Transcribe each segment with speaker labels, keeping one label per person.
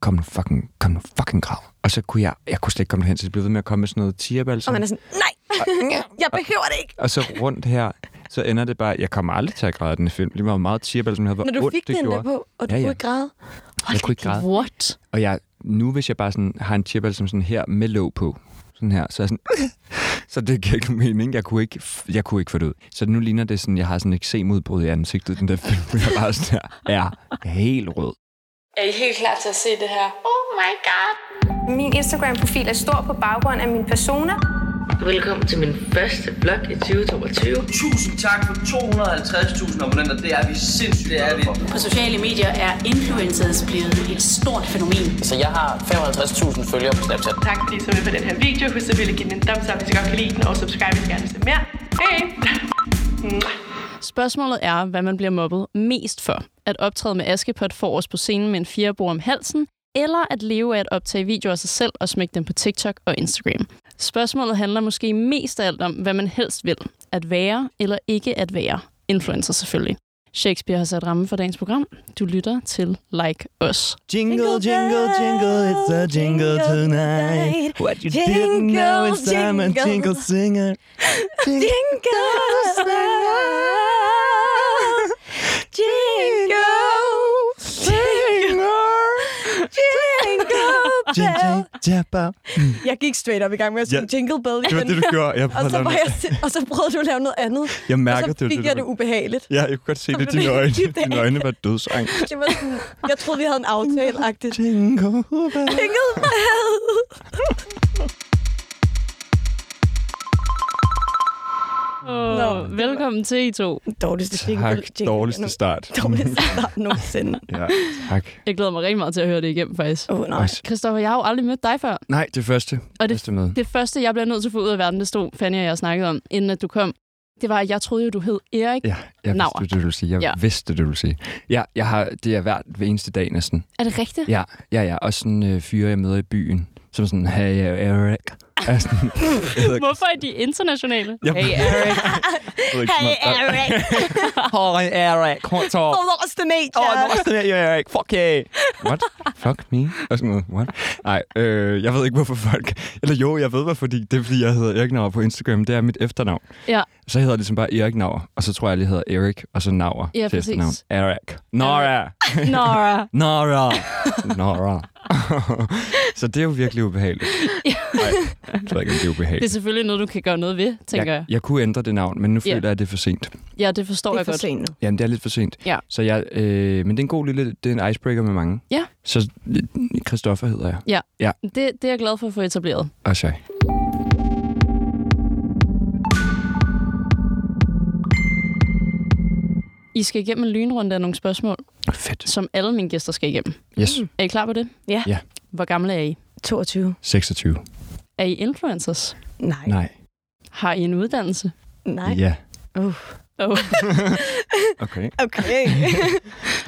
Speaker 1: kom nu fucking, kom nu fucking krav. Og så kunne jeg, jeg kunne slet ikke komme hen, så det blev ved med at komme med sådan noget
Speaker 2: Og
Speaker 1: tierbalsam.
Speaker 2: man er sådan, nej, jeg behøver det ikke.
Speaker 1: Og så rundt her, så ender det bare, jeg kommer aldrig til at græde i den her film. Det var meget tierbalsam, som havde, hvor
Speaker 2: Når du
Speaker 1: ondt
Speaker 2: fik
Speaker 1: det
Speaker 2: den der
Speaker 1: gjorde.
Speaker 2: på, og du
Speaker 1: Ja, ja.
Speaker 2: kunne ikke græde.
Speaker 1: Jeg kunne ikke
Speaker 3: Hold da
Speaker 1: græde.
Speaker 3: kæft, What?
Speaker 1: Og jeg, nu hvis jeg bare sådan, har en tierbalsam sådan her med låg på, sådan her, så er jeg sådan, så det giver ikke nogen mening. Jeg kunne ikke, jeg kunne ikke få det ud. Så nu ligner det sådan, jeg har sådan et eksemudbrud i ansigtet, den der film, jeg bare sådan her, er helt rød.
Speaker 4: Er I helt klar til at se det her?
Speaker 5: Min Instagram-profil er stor på baggrund af min persona.
Speaker 6: Velkommen til min første blog i 2022.
Speaker 7: Tusind tak for 250.000 abonnenter. Det er vi sindssygt. Det er vi.
Speaker 8: På sociale medier er influencers blevet et stort fænomen.
Speaker 9: Så jeg har 55.000 følgere på Snapchat.
Speaker 4: Tak fordi I så med på den her video. Husk at ville give den en thumbs up, hvis I godt kan lide den, og subscribe, hvis I gerne vil se mere. Hej!
Speaker 3: Spørgsmålet er, hvad man bliver mobbet mest for. At optræde med Askepot forrest på scenen med en firebord om halsen, eller at leve af at optage videoer af sig selv og smække dem på TikTok og Instagram. Spørgsmålet handler måske mest af alt om, hvad man helst vil. At være eller ikke at være. Influencer selvfølgelig. Shakespeare har sat ramme for dagens program. Du lytter til Like Us.
Speaker 1: Jingle, jingle, jingle, it's a jingle tonight. What you didn't know is I'm a jingle singer.
Speaker 2: Jingle star. Jingle singer. Jingle bell. Jeg gik straight op i gang med at sige
Speaker 1: Ja,
Speaker 2: jingle bell
Speaker 1: Det var
Speaker 2: igen.
Speaker 1: det, du gjorde. Jeg,
Speaker 2: Og så, var
Speaker 1: jeg,
Speaker 2: jeg, si- og så prøvede du at lave noget andet.
Speaker 1: jeg mærkede
Speaker 2: og så fik
Speaker 1: det.
Speaker 2: jeg det ubehageligt.
Speaker 1: Ja, jeg kunne godt se det.
Speaker 2: Så blev
Speaker 1: Dine
Speaker 2: det
Speaker 1: øjne,
Speaker 2: helt
Speaker 1: dine øjne var dødsang.
Speaker 2: Det var sådan, jeg troede, vi havde en aftale-agtigt.
Speaker 1: Jingle,
Speaker 2: Jingle bell.
Speaker 3: Nå, velkommen til I to.
Speaker 2: Dårligste jingle.
Speaker 1: Tak,
Speaker 2: jingle
Speaker 1: dårligste start.
Speaker 2: Dårligste start nogensinde.
Speaker 1: Ja, tak.
Speaker 3: Jeg glæder mig rigtig meget til at høre det igennem, faktisk.
Speaker 2: Åh, oh, nej.
Speaker 3: Kristoffer, jeg har jo aldrig mødt dig før.
Speaker 1: Nej, det første.
Speaker 3: Og det
Speaker 1: første med.
Speaker 3: Det første, jeg bliver nødt til at få ud af verden, det stod Fanny og jeg snakkede om, inden at du kom, det var, at jeg troede jo, du hed Erik. Ja.
Speaker 1: Ja, jeg
Speaker 3: Naur.
Speaker 1: vidste, det, du ville sige. Jeg
Speaker 3: Ja.
Speaker 1: ja. vidste, det, du ville sige. Ja, jeg har, det er hvert hver eneste dag næsten.
Speaker 3: Er det rigtigt?
Speaker 1: Ja, ja, ja. Også sådan øh, fyre, jeg møder i byen, som sådan, hey, jeg er Erik. Er sådan, jeg ved ikke-
Speaker 3: Hvorfor er de internationale?
Speaker 1: Jeg-
Speaker 3: Hey, Erik.
Speaker 1: jeg ved ikke, så meget- Hej, Erik. Kom så.
Speaker 2: Lost the nature.
Speaker 1: Norsten er jo Erik. Fuck yeah. What? Fuck me? Og sådan noget. What? Nej, øh, jeg ved ikke, hvorfor folk... Eller jo, jeg ved, hvorfor de... Det er, fordi jeg hedder Erik Nauer på Instagram. Det er mit efternavn.
Speaker 3: Ja.
Speaker 1: Så hedder jeg ligesom bare Erik Nauer. Og så tror jeg, jeg lige hedder Erik, og så Nauer
Speaker 3: Ja,
Speaker 1: til
Speaker 3: præcis.
Speaker 1: efternavn. Erik. Nora.
Speaker 3: Nora.
Speaker 1: Nora. Nora. så det er jo virkelig ubehageligt. Nej, jeg tror ikke, om det er
Speaker 3: Det er
Speaker 1: ubehageligt.
Speaker 3: selvfølgelig noget, du kan gøre noget ved, tænker jeg.
Speaker 1: jeg, jeg kunne ændre det navn, men nu
Speaker 3: Ja.
Speaker 1: føler jeg, at det er for sent.
Speaker 3: Ja, det forstår
Speaker 2: Det er
Speaker 3: jeg
Speaker 2: for
Speaker 3: godt.
Speaker 2: sent nu.
Speaker 1: Jamen, det er lidt for sent.
Speaker 3: Ja.
Speaker 1: Så jeg, øh, men det er en god lille, det er en icebreaker med mange.
Speaker 3: Ja.
Speaker 1: Så Kristoffer hedder jeg.
Speaker 3: Det, det er jeg glad for at få etableret.
Speaker 1: Og Shai.
Speaker 3: I skal igennem en lynrunde af nogle spørgsmål,
Speaker 1: Fedt.
Speaker 3: som alle mine gæster skal igennem.
Speaker 1: Yes.
Speaker 3: Er I klar på det?
Speaker 2: Ja.
Speaker 1: Ja.
Speaker 3: Hvor gamle er I?
Speaker 2: 22.
Speaker 1: 26.
Speaker 3: Er I influencers?
Speaker 2: Nej.
Speaker 1: Nej.
Speaker 3: Har I en uddannelse?
Speaker 2: Nej.
Speaker 1: Ja.
Speaker 2: Uh.
Speaker 3: Oh.
Speaker 1: Okay.
Speaker 2: Okay.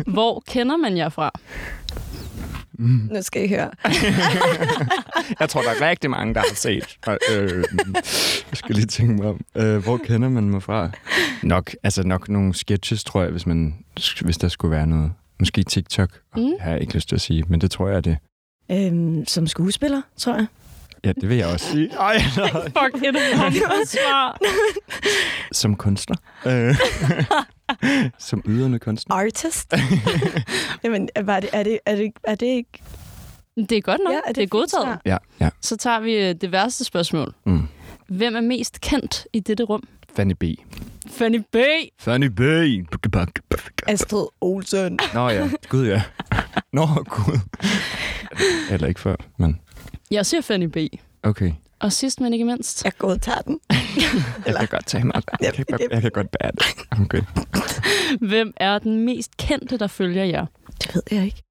Speaker 3: Hvor kender man jer fra?
Speaker 2: nu skal I høre.
Speaker 1: Jeg tror, der er rigtig mange, der har set. Og, øh, jeg skal lige tænke mig om. Øh, hvor kender man mig fra? Nok, altså nok nogle sketches, tror jeg, hvis, man, hvis der skulle være noget. Måske TikTok.
Speaker 3: Mm.
Speaker 1: Mm. Det har jeg ikke lyst til at sige, men det tror jeg, er det.
Speaker 2: Øhm, som skuespiller, tror jeg.
Speaker 1: Ja, det vil jeg også sige. Ej, nej.
Speaker 3: Fuck, et humble svar.
Speaker 1: Som kunstner. Øh. Som yderne kunstner.
Speaker 2: Artist. Jamen, var det, er, det, er, det, er det ikke...
Speaker 3: Det er godt nok.
Speaker 2: Ja, er det
Speaker 3: det
Speaker 2: et
Speaker 3: er
Speaker 2: fint
Speaker 3: godtaget.
Speaker 2: svar?
Speaker 1: Ja, ja.
Speaker 3: Så tager vi øh, det værste spørgsmål.
Speaker 1: Mm.
Speaker 3: Hvem er mest kendt i dette rum?
Speaker 1: Fanny B.
Speaker 3: Fanny B.
Speaker 1: Fanny B.
Speaker 2: Astrid Olsen.
Speaker 1: Nå ja, gud ja. Nå gud. Eller ikke før, men
Speaker 3: Jeg siger Fanny B.
Speaker 1: okay.
Speaker 3: Og sidst men ikke mindst,
Speaker 2: Jeg går og tager den.
Speaker 1: Jeg kan godt tage mig. Jeg kan, godt, jeg kan godt bære det. Okay.
Speaker 3: hvem er den mest kendte, der følger jer?
Speaker 2: Det ved jeg ikke.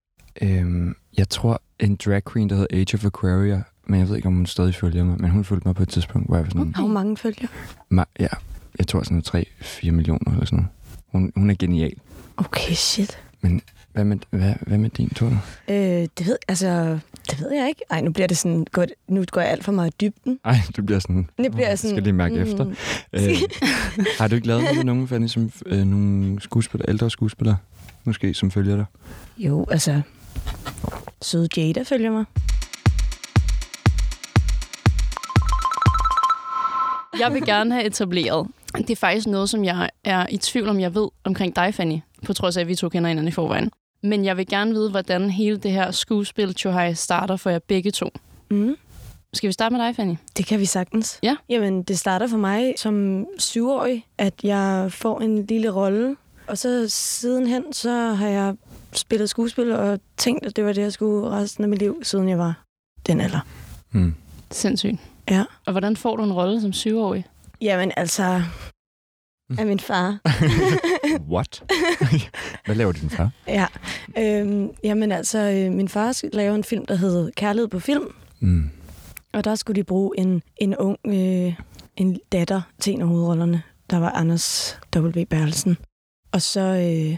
Speaker 1: Øhm, jeg tror, en drag queen, der hedder Age of Aquaria, men jeg ved ikke, om hun stadig følger mig, men hun fulgte mig på et tidspunkt, hvor jeg var sådan,
Speaker 2: Har hun mange følger?
Speaker 1: okay. ja, jeg tror sådan noget 3-4 millioner eller sådan noget. Hun, hun er genial.
Speaker 2: Okay, shit.
Speaker 1: Hvad med, hvad, hvad med din tur?
Speaker 2: Øh, det ved, altså, det ved jeg ikke. Ej, nu bliver det sådan... Godt, nu går jeg alt for meget i dybden.
Speaker 1: Ej, du bliver sådan...
Speaker 2: Det bliver jeg sådan... hmm. mm.
Speaker 1: Skal lige mærke efter. Øh, har du ikke lavet noget med nogen, Fanny, som øh, nogle skuespillere, ældre skuespillere, måske, som følger dig?
Speaker 2: Jo, altså... Søde Jada følger mig.
Speaker 3: Jeg vil gerne have etableret. Det er faktisk noget, som jeg er i tvivl om, jeg ved omkring dig, Fanny. På trods af, at vi to kender hinanden i forvejen. Men jeg vil gerne vide, hvordan hele det her skuespil Chohai starter for jer begge to.
Speaker 2: Mm.
Speaker 3: Skal vi starte med dig, Fanny?
Speaker 2: Det kan vi sagtens.
Speaker 3: Ja.
Speaker 2: Jamen, det starter for mig som syvårig, at jeg får en lille rolle. Og så sidenhen, så har jeg spillet skuespil og tænkt, at det var det, jeg skulle resten af mit liv, siden jeg var den alder.
Speaker 1: Mm.
Speaker 3: Sindssygt.
Speaker 2: Ja.
Speaker 3: Og hvordan får du en rolle som syvårig?
Speaker 2: Jamen, altså... Af min far.
Speaker 1: What? Hvad laver din far?
Speaker 2: ja. Øhm, jamen, altså, øh, min far laver en film, der hedder Kærlighed på film.
Speaker 1: Mm.
Speaker 2: Og der skulle de bruge en, en ung øh, en datter til en af hovedrollerne. Der var Anders W. Berlsen. Og så øh,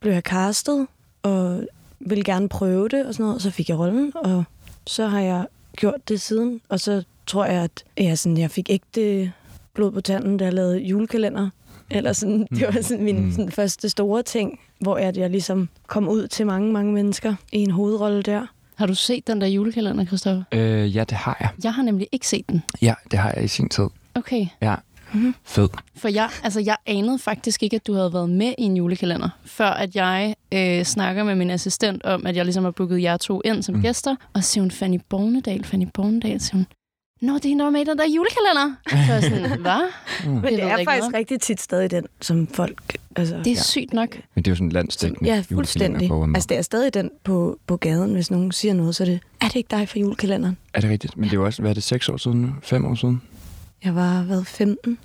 Speaker 2: blev jeg castet, og ville gerne prøve det og sådan noget. Og så fik jeg rollen, og så har jeg gjort det siden. Og så tror jeg, at ja, sådan, jeg fik ægte blod på tanden, da jeg lavede julekalender. Eller sådan, det var sådan min sådan, første store ting, hvor jeg, at jeg ligesom kom ud til mange, mange mennesker i en hovedrolle der.
Speaker 3: Har du set den der julekalender, Christoffer?
Speaker 1: Øh, ja, det har jeg.
Speaker 3: Jeg har nemlig ikke set den.
Speaker 1: Ja, det har jeg i sin tid.
Speaker 3: Okay.
Speaker 1: Ja. Fed.
Speaker 3: For jeg, altså, jeg anede faktisk ikke, at du havde været med i en julekalender, før at jeg øh, snakker med min assistent om, at jeg ligesom har booket jer to ind som mm. gæster. Og så siger hun, Fanny Bornedal, Fanny Bornedal, siger hun, Nå, det er hende, der var med i den der julekalender. Så er jeg sådan, hvad?
Speaker 2: Men det
Speaker 3: ved jeg
Speaker 2: er
Speaker 3: ikke
Speaker 2: faktisk
Speaker 3: noget om.
Speaker 2: rigtig tit stadig den, som folk... Altså,
Speaker 3: Det er sygt nok.
Speaker 1: Men det er jo sådan en
Speaker 2: som,
Speaker 1: landstækkende
Speaker 2: ja, fuldstændig. Altså, det er stadig den på, på gaden, hvis nogen siger noget, så er det, er det ikke dig fra julekalenderen?
Speaker 1: Er det rigtigt? Men det er jo også, hvad er det, seks år siden nu? Fem år siden?
Speaker 2: Jeg var, hvad, 15?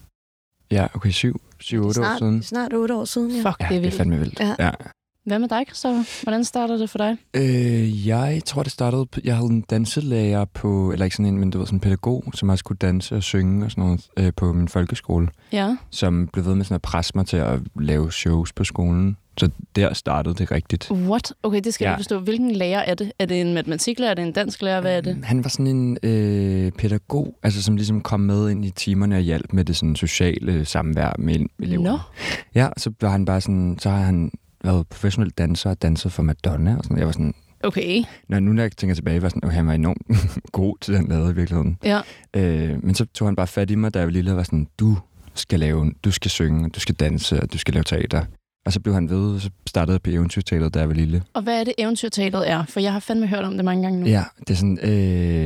Speaker 1: Ja, okay, syv, syv, otte år
Speaker 2: snart,
Speaker 1: siden.
Speaker 2: Snart 8 år siden, ja.
Speaker 3: Fuck,
Speaker 1: Ja,
Speaker 3: det er
Speaker 1: det er
Speaker 3: vildt.
Speaker 1: fandme vildt.
Speaker 2: Ja.
Speaker 1: ja.
Speaker 3: Hvad med dig, Christoffer? Hvordan starter det for dig?
Speaker 1: Øh, jeg tror, det startede... på- Jeg havde en danselærer på... Eller ikke sådan en, men du ved, sådan en pædagog, som også kunne danse og synge og sådan noget øh, på min folkeskole,
Speaker 3: Ja.
Speaker 1: som blev ved med sådan at presse mig til at lave shows på skolen. Så der startede det rigtigt.
Speaker 3: What? Okay, det skal ja.
Speaker 1: Ja.
Speaker 3: jeg forstå. Hvilken lærer er det? Er det en matematiklærer? Er det en dansklærer? Hvad er det?
Speaker 1: Mm, Han var sådan en øh, pædagog, altså som ligesom kom med ind i timerne og hjalp med det sådan sociale samvær med ele- eleverne.
Speaker 3: Nå.
Speaker 1: Ja, så var han bare sådan... Så har han været professionel danser og danset for Madonna og sådan Jeg var sådan...
Speaker 3: Okay.
Speaker 1: Når nu når jeg tænker tilbage, var jeg sådan, at han var enormt god til den lader i virkeligheden.
Speaker 3: Ja.
Speaker 1: Øh, men så tog han bare fat i mig, da jeg var lille, og var sådan, du skal lave, du skal synge, du skal danse, og du skal lave teater. Og så blev han ved, og så startede jeg på eventyrteateret, da jeg var lille.
Speaker 3: Og hvad er det, eventyrteateret er? For jeg har fandme hørt om det mange gange nu.
Speaker 1: Ja, det er, sådan, øh,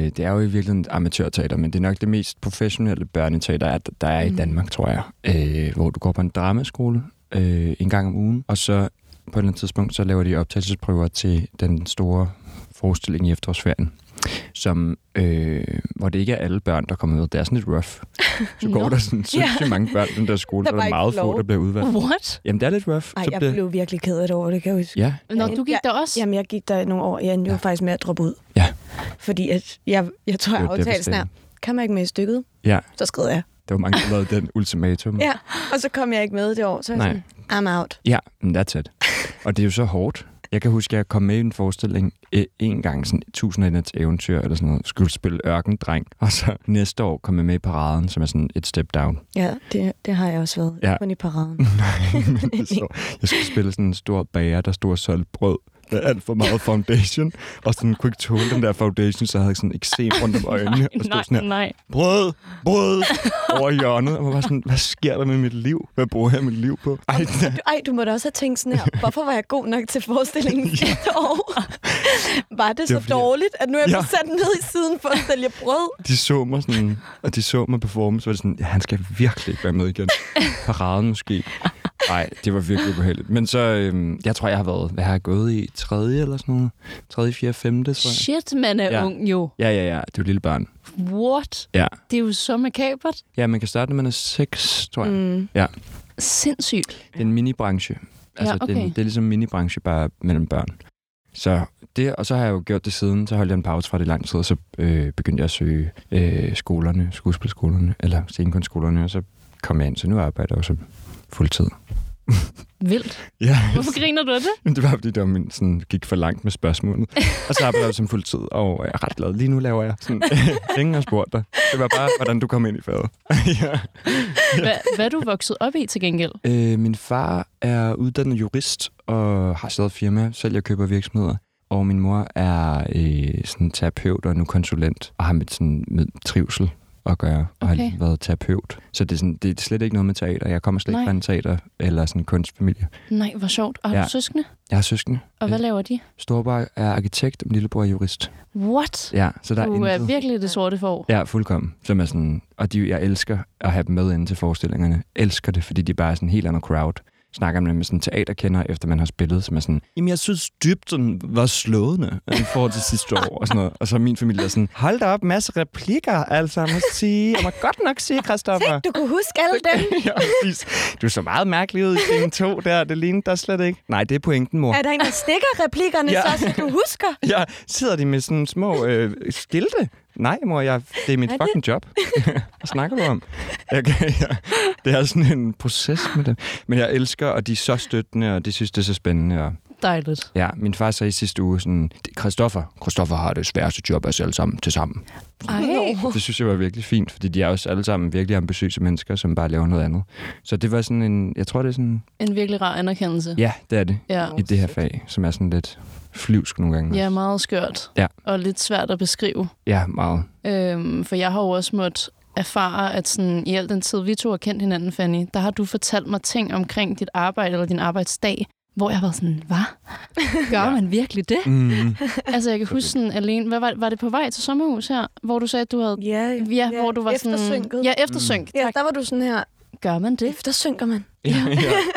Speaker 1: det er jo i virkeligheden et amatørteater, men det er nok det mest professionelle børneteater, at der er i
Speaker 3: Mm.
Speaker 1: Danmark, tror jeg. Øh, hvor du går på en dramaskole øh, en gang om ugen, og så på et eller andet tidspunkt, så laver de optagelsesprøver til den store forestilling i efterårsferien. Som, øh, hvor det ikke er alle børn, der kommer med. Det er sådan lidt rough. Så går
Speaker 3: Nå.
Speaker 1: no. der sådan sindssygt mange børn i den der skole,
Speaker 2: Der
Speaker 1: der, der
Speaker 2: var
Speaker 1: er
Speaker 2: ikke
Speaker 1: meget
Speaker 2: lov.
Speaker 1: få, der bliver udvalgt.
Speaker 3: What?
Speaker 1: Jamen, det er lidt rough.
Speaker 2: Ej,
Speaker 1: så
Speaker 2: jeg
Speaker 1: bliver-
Speaker 2: blev virkelig ked af det over, det kan jeg huske.
Speaker 1: Ja,
Speaker 3: Nå, du gik
Speaker 2: Ja.
Speaker 3: der også?
Speaker 2: Jamen, jeg gik der i nogle år. Jeg endte jo
Speaker 1: Ja.
Speaker 2: faktisk med at droppe ud.
Speaker 1: Ja.
Speaker 2: Fordi at jeg, jeg tror,
Speaker 1: Det
Speaker 2: jeg
Speaker 1: var
Speaker 2: aftalte sådan her. Kan man ikke med i stykket?
Speaker 1: ja,
Speaker 2: Så skrev jeg.
Speaker 1: der var mange, der lavede den ultimatum.
Speaker 2: Ja, og så kom jeg ikke med det år. Så var jeg sådan, I'm out.
Speaker 1: Ja, men that's it. Og det er jo så hårdt. Jeg kan huske, at jeg kom med i en forestilling øh, en gang, sådan 1000 af nats eventyr eller sådan noget, skulle spille ørkendreng, og så næste år kom jeg med i paraden, som er sådan et step down.
Speaker 2: Ja, det, det har jeg også været.
Speaker 1: Ja.
Speaker 2: Ja. Kun i paraden.
Speaker 1: så jeg skulle spille sådan en stor bager, der stod og solgte brød med alt for meget foundation, og sådan kunne ikke tåle den der foundation, så jeg havde sådan eksem rundt om øjnene, og stod
Speaker 3: nej,
Speaker 1: sådan her,
Speaker 3: nej.
Speaker 1: brød, brød, over hjørnet, og var bare sådan, hvad sker der med mit liv? Hvad bruger jeg mit liv på? Ej, den er-
Speaker 2: Ej, du må da også have tænkt sådan her, hvorfor var jeg god nok til forestillingen et år? Var det,
Speaker 1: Det
Speaker 2: så
Speaker 1: var fordi, jeg-
Speaker 2: dårligt, at nu er jeg
Speaker 1: Ja.
Speaker 2: blevet sat ned i siden for at sælge brød?
Speaker 1: de så mig sådan, og de så mig performe, så var det sådan, ja, han skal virkelig ikke være med igen. Paraden måske. Nej, det var virkelig ubehageligt. Men så, øhm, jeg tror, jeg har været, hvad har jeg gået i? Tredje eller sådan noget? Tredje, fjerde, femte, tror jeg.
Speaker 3: Shit, man er ja.
Speaker 1: Ja.
Speaker 3: ung jo.
Speaker 1: Ja, ja, ja. Det er jo et lille barn.
Speaker 3: What?
Speaker 1: Ja.
Speaker 3: Det er jo så makabert.
Speaker 1: Ja, man kan starte, når man er seks, tror jeg. Mm. Ja,
Speaker 3: Sindssygt.
Speaker 1: det er en minibranche. Altså,
Speaker 3: Ja,
Speaker 1: det, er,
Speaker 3: okay.
Speaker 1: en- det er ligesom en minibranche, bare mellem børn. Så det, og så har jeg jo gjort det siden, så holdt jeg en pause fra det i lang tid, og så øh, begyndte jeg at søge øh, skolerne, skuespilskolerne, eller scenekundstskolerne, og så kom jeg ind, så nu arbejder jeg jo som fuldtid.
Speaker 3: Vildt.
Speaker 1: Ja,
Speaker 3: Hvorfor griner du af det?
Speaker 1: men det var fordi, det var min, sådan, gik for langt med spørgsmålet. Og så arbejder jeg som fuldtid, og jeg er ret glad. Lige nu laver jeg sådan, ingen har spurgt dig. Det var bare, hvordan du kom ind i faget. ja.
Speaker 3: Hva, hvad er du vokset op i til gengæld?
Speaker 1: øh, min far er uddannet jurist og har stadig et firma, sælger og køber virksomheder. Og min mor er øh, sådan terapeut og nu konsulent, og har med, sådan, med trivsel at gøre, og
Speaker 3: Okay.
Speaker 1: har været terapeut. Så det er, sådan, det er slet ikke noget med teater. Jeg kommer slet
Speaker 3: Nej.
Speaker 1: ikke fra en teater eller sådan en kunstfamilie.
Speaker 3: Nej, hvor sjovt. Og har ja.
Speaker 1: Ja.
Speaker 3: du søskende?
Speaker 1: Jeg har søskende.
Speaker 3: Og hvad laver de?
Speaker 1: Storbror er arkitekt, og min lillebror er jurist.
Speaker 3: What?
Speaker 1: Ja, så der
Speaker 3: Du
Speaker 1: er
Speaker 3: er
Speaker 1: intet.
Speaker 3: virkelig det sorte for.
Speaker 1: Ja, fuldkommen. Som er sådan, og de, jeg elsker at have dem med inde til forestillingerne. Elsker det, fordi de bare er sådan en helt anden crowd. Snakker man med sådan en teaterkender, efter man har spillet, som er sådan, jamen jeg synes dybden var slående i forhold til sidste år og sådan noget. Og så er min familie er sådan, hold da op, masse replikker, altså, jeg må sige. Jeg må godt nok sige, Christoffer.
Speaker 2: Du kunne huske alle dem.
Speaker 1: ja, præcis. Du så meget mærkelig ud i scene to der. Det lignede der slet ikke. Nej, det er pointen, mor.
Speaker 2: Er der en, der stikker replikkerne
Speaker 1: Ja.
Speaker 2: så, så du husker?
Speaker 1: Ja, sidder de med sådan små øh, skilte? Nej, mor, jeg, det er mit
Speaker 2: Er det-
Speaker 1: fucking job. Hvad snakker du om? Jeg, kan- jeg, det er sådan en proces med dem. Men jeg elsker, og de er så støttende, og de synes, det er så spændende. Og,
Speaker 3: Dejligt.
Speaker 1: ja, min far sagde i sidste uge sådan, Christoffer, Christoffer har det sværeste job af os alle sammen til sammen.
Speaker 3: Ej.
Speaker 1: Det synes jeg var virkelig fint, fordi de er også alle sammen virkelig ambitiøse mennesker, som bare laver noget andet. Så det var sådan en, jeg tror det er sådan,
Speaker 3: En virkelig rar anerkendelse.
Speaker 1: ja, det er det,
Speaker 3: Ja.
Speaker 1: i det her fag, som er sådan lidt flyvsk nogle gange.
Speaker 3: Ja, meget skørt.
Speaker 1: Ja.
Speaker 3: Og lidt svært at beskrive.
Speaker 1: ja meget.
Speaker 3: Øhm, for jeg har jo også måttet erfare, at sådan, i al den tid, vi to har kendt hinanden, Fanny, der har du fortalt mig ting omkring dit arbejde eller din arbejdsdag, hvor jeg har været sådan, hvad? Gør ja. man virkelig det?
Speaker 1: Mm.
Speaker 3: Altså, jeg kan huske sådan alene, hvad var, var det på vej til sommerhus her, hvor du sagde, at du havde...
Speaker 2: Ja,
Speaker 3: Ja, ja hvor du var
Speaker 2: eftersynket.
Speaker 3: sådan... Ja, eftersynk.
Speaker 2: Ja,
Speaker 3: Mm.
Speaker 2: der var du sådan her,
Speaker 3: Gør man det?
Speaker 2: eftersynker man.
Speaker 1: ja.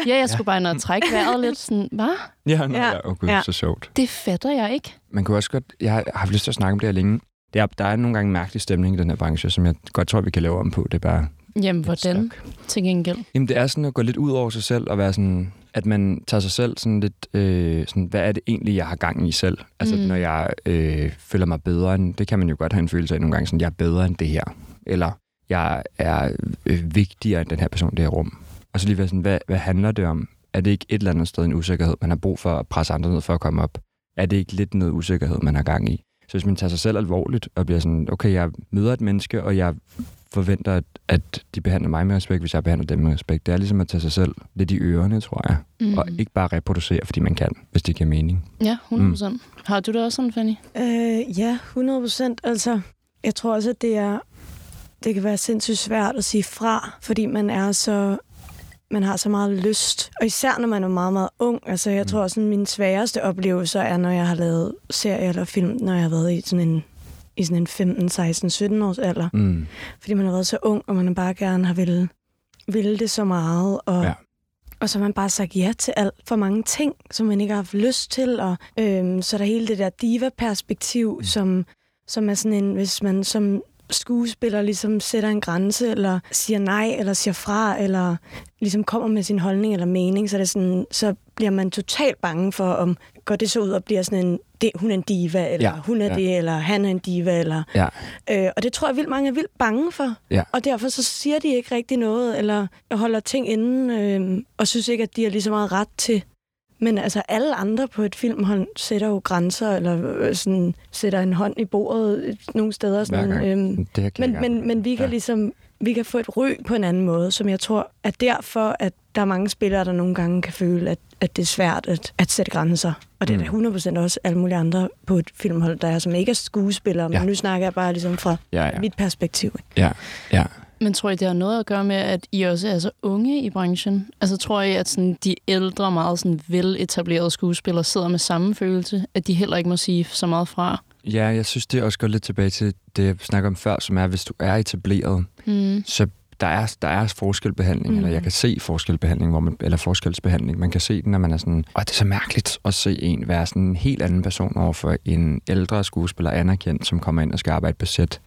Speaker 3: Ja, jeg skulle bare ind og trække vejret lidt. Sådan, hvad?
Speaker 1: Ja, nej,
Speaker 2: Ja.
Speaker 1: ja. ja. Oh, Gud,
Speaker 2: Ja.
Speaker 1: ja. så sjovt.
Speaker 3: Det fatter jeg ikke.
Speaker 1: Man kunne også godt... Jeg har haft lyst til at snakke om det her længe. Det er, der er nogle gange en mærkelig stemning i den her branche, som jeg godt tror, vi kan lave om på. Det er bare...
Speaker 3: Jamen, hvordan?
Speaker 1: Stak.
Speaker 3: Til gengæld.
Speaker 1: Jamen, det er sådan at gå lidt ud over sig selv og være sådan... At man tager sig selv sådan lidt... Øh, sådan, hvad er det egentlig, jeg har gang i selv? Altså,
Speaker 3: Mm.
Speaker 1: mm. når jeg øh, føler mig bedre end... Det kan man jo godt have en følelse af nogle gange. Sådan, jeg er bedre end det her. Eller jeg er øh, vigtigere end den her person i det her rum. Og så lige være sådan, hvad, hvad handler det om? Er det ikke et eller andet sted en usikkerhed, man har brug for at presse andre ned for at komme op? Er det ikke lidt noget usikkerhed, man har gang i? Så hvis man tager sig selv alvorligt og bliver sådan, okay, jeg møder et menneske, og jeg forventer, at, at de behandler mig med respekt, hvis jeg behandler dem med respekt. Det er ligesom at tage sig selv lidt i ørerne, tror jeg. Mm. Og ikke bare reproducere, fordi man kan, hvis det giver mening.
Speaker 3: Ja, 100%. Mm. Har du det også sådan, Fanny?
Speaker 2: Øh, ja, 100 procent. Altså, jeg tror også, at det er... Det kan være sindssygt svært at sige fra, fordi man er så man har så meget lyst. Og især når man er meget, meget ung. Altså, jeg tror også, at mine sværeste oplevelser er, når jeg har lavet serier eller film, når jeg har været i sådan en, i sådan en 15, 16, 17 års alder.
Speaker 1: Mm.
Speaker 2: Fordi man har været så ung, og man har bare gerne har ville, ville det så meget. Og,
Speaker 1: Ja.
Speaker 2: ja. og så har man bare sagt ja til alt for mange ting, som man ikke har haft lyst til. Og øhm, så er der hele det der diva-perspektiv, mm. som, som er sådan en, hvis man som skuespiller ligesom sætter en grænse, eller siger nej, eller siger fra, eller ligesom kommer med sin holdning eller mening, så, er det sådan, så bliver man totalt bange for, om går det så ud og bliver sådan en, det, hun er en diva, eller
Speaker 1: Ja,
Speaker 2: ja, hun er
Speaker 1: ja.
Speaker 2: ja. det, eller han er en diva, eller
Speaker 1: Ja,
Speaker 2: Øh, og det tror jeg, vildt mange er vildt bange for.
Speaker 1: Ja.
Speaker 2: Og derfor så siger de ikke rigtig noget, eller holder ting inden, øh, og synes ikke, at de har lige så meget ret til. Men altså, alle andre på et filmhold sætter jo grænser, eller øh, sådan, sætter en hånd i bordet øh, nogle steder.
Speaker 1: hver
Speaker 2: Sådan,
Speaker 1: gang.
Speaker 2: øhm,
Speaker 1: det her kan
Speaker 2: men,
Speaker 1: jeg
Speaker 2: men,
Speaker 1: godt.
Speaker 2: men vi kan ja.
Speaker 1: Ja.
Speaker 2: ligesom vi kan få et ry på en anden måde, som jeg tror er derfor, at der er mange spillere, der nogle gange kan føle, at, at det er svært at, at sætte grænser. Og
Speaker 1: Mm.
Speaker 2: det er da 100% også alle mulige andre på et filmhold, der er, som ikke er skuespillere, men
Speaker 1: Ja.
Speaker 2: nu snakker jeg bare ligesom fra
Speaker 1: Ja, ja.
Speaker 2: mit perspektiv. ikke?
Speaker 1: Ja, ja.
Speaker 3: Men tror I, det har noget at gøre med, at I også er så unge i branchen? Altså tror I, at sådan, de ældre, meget sådan, veletablerede skuespillere sidder med samme følelse, at de heller ikke må sige så meget fra?
Speaker 1: Ja, jeg synes, det også går lidt tilbage til det, jeg snakkede om før, som er, hvis du er etableret, mm. så der er, der er forskelbehandling, mm. eller jeg kan se forskelbehandling, hvor man, eller forskelsbehandling. Man kan se den, når man er sådan, og det er så mærkeligt at se en være sådan en helt anden person overfor en ældre skuespiller anerkendt, som kommer ind og skal arbejde på sæt.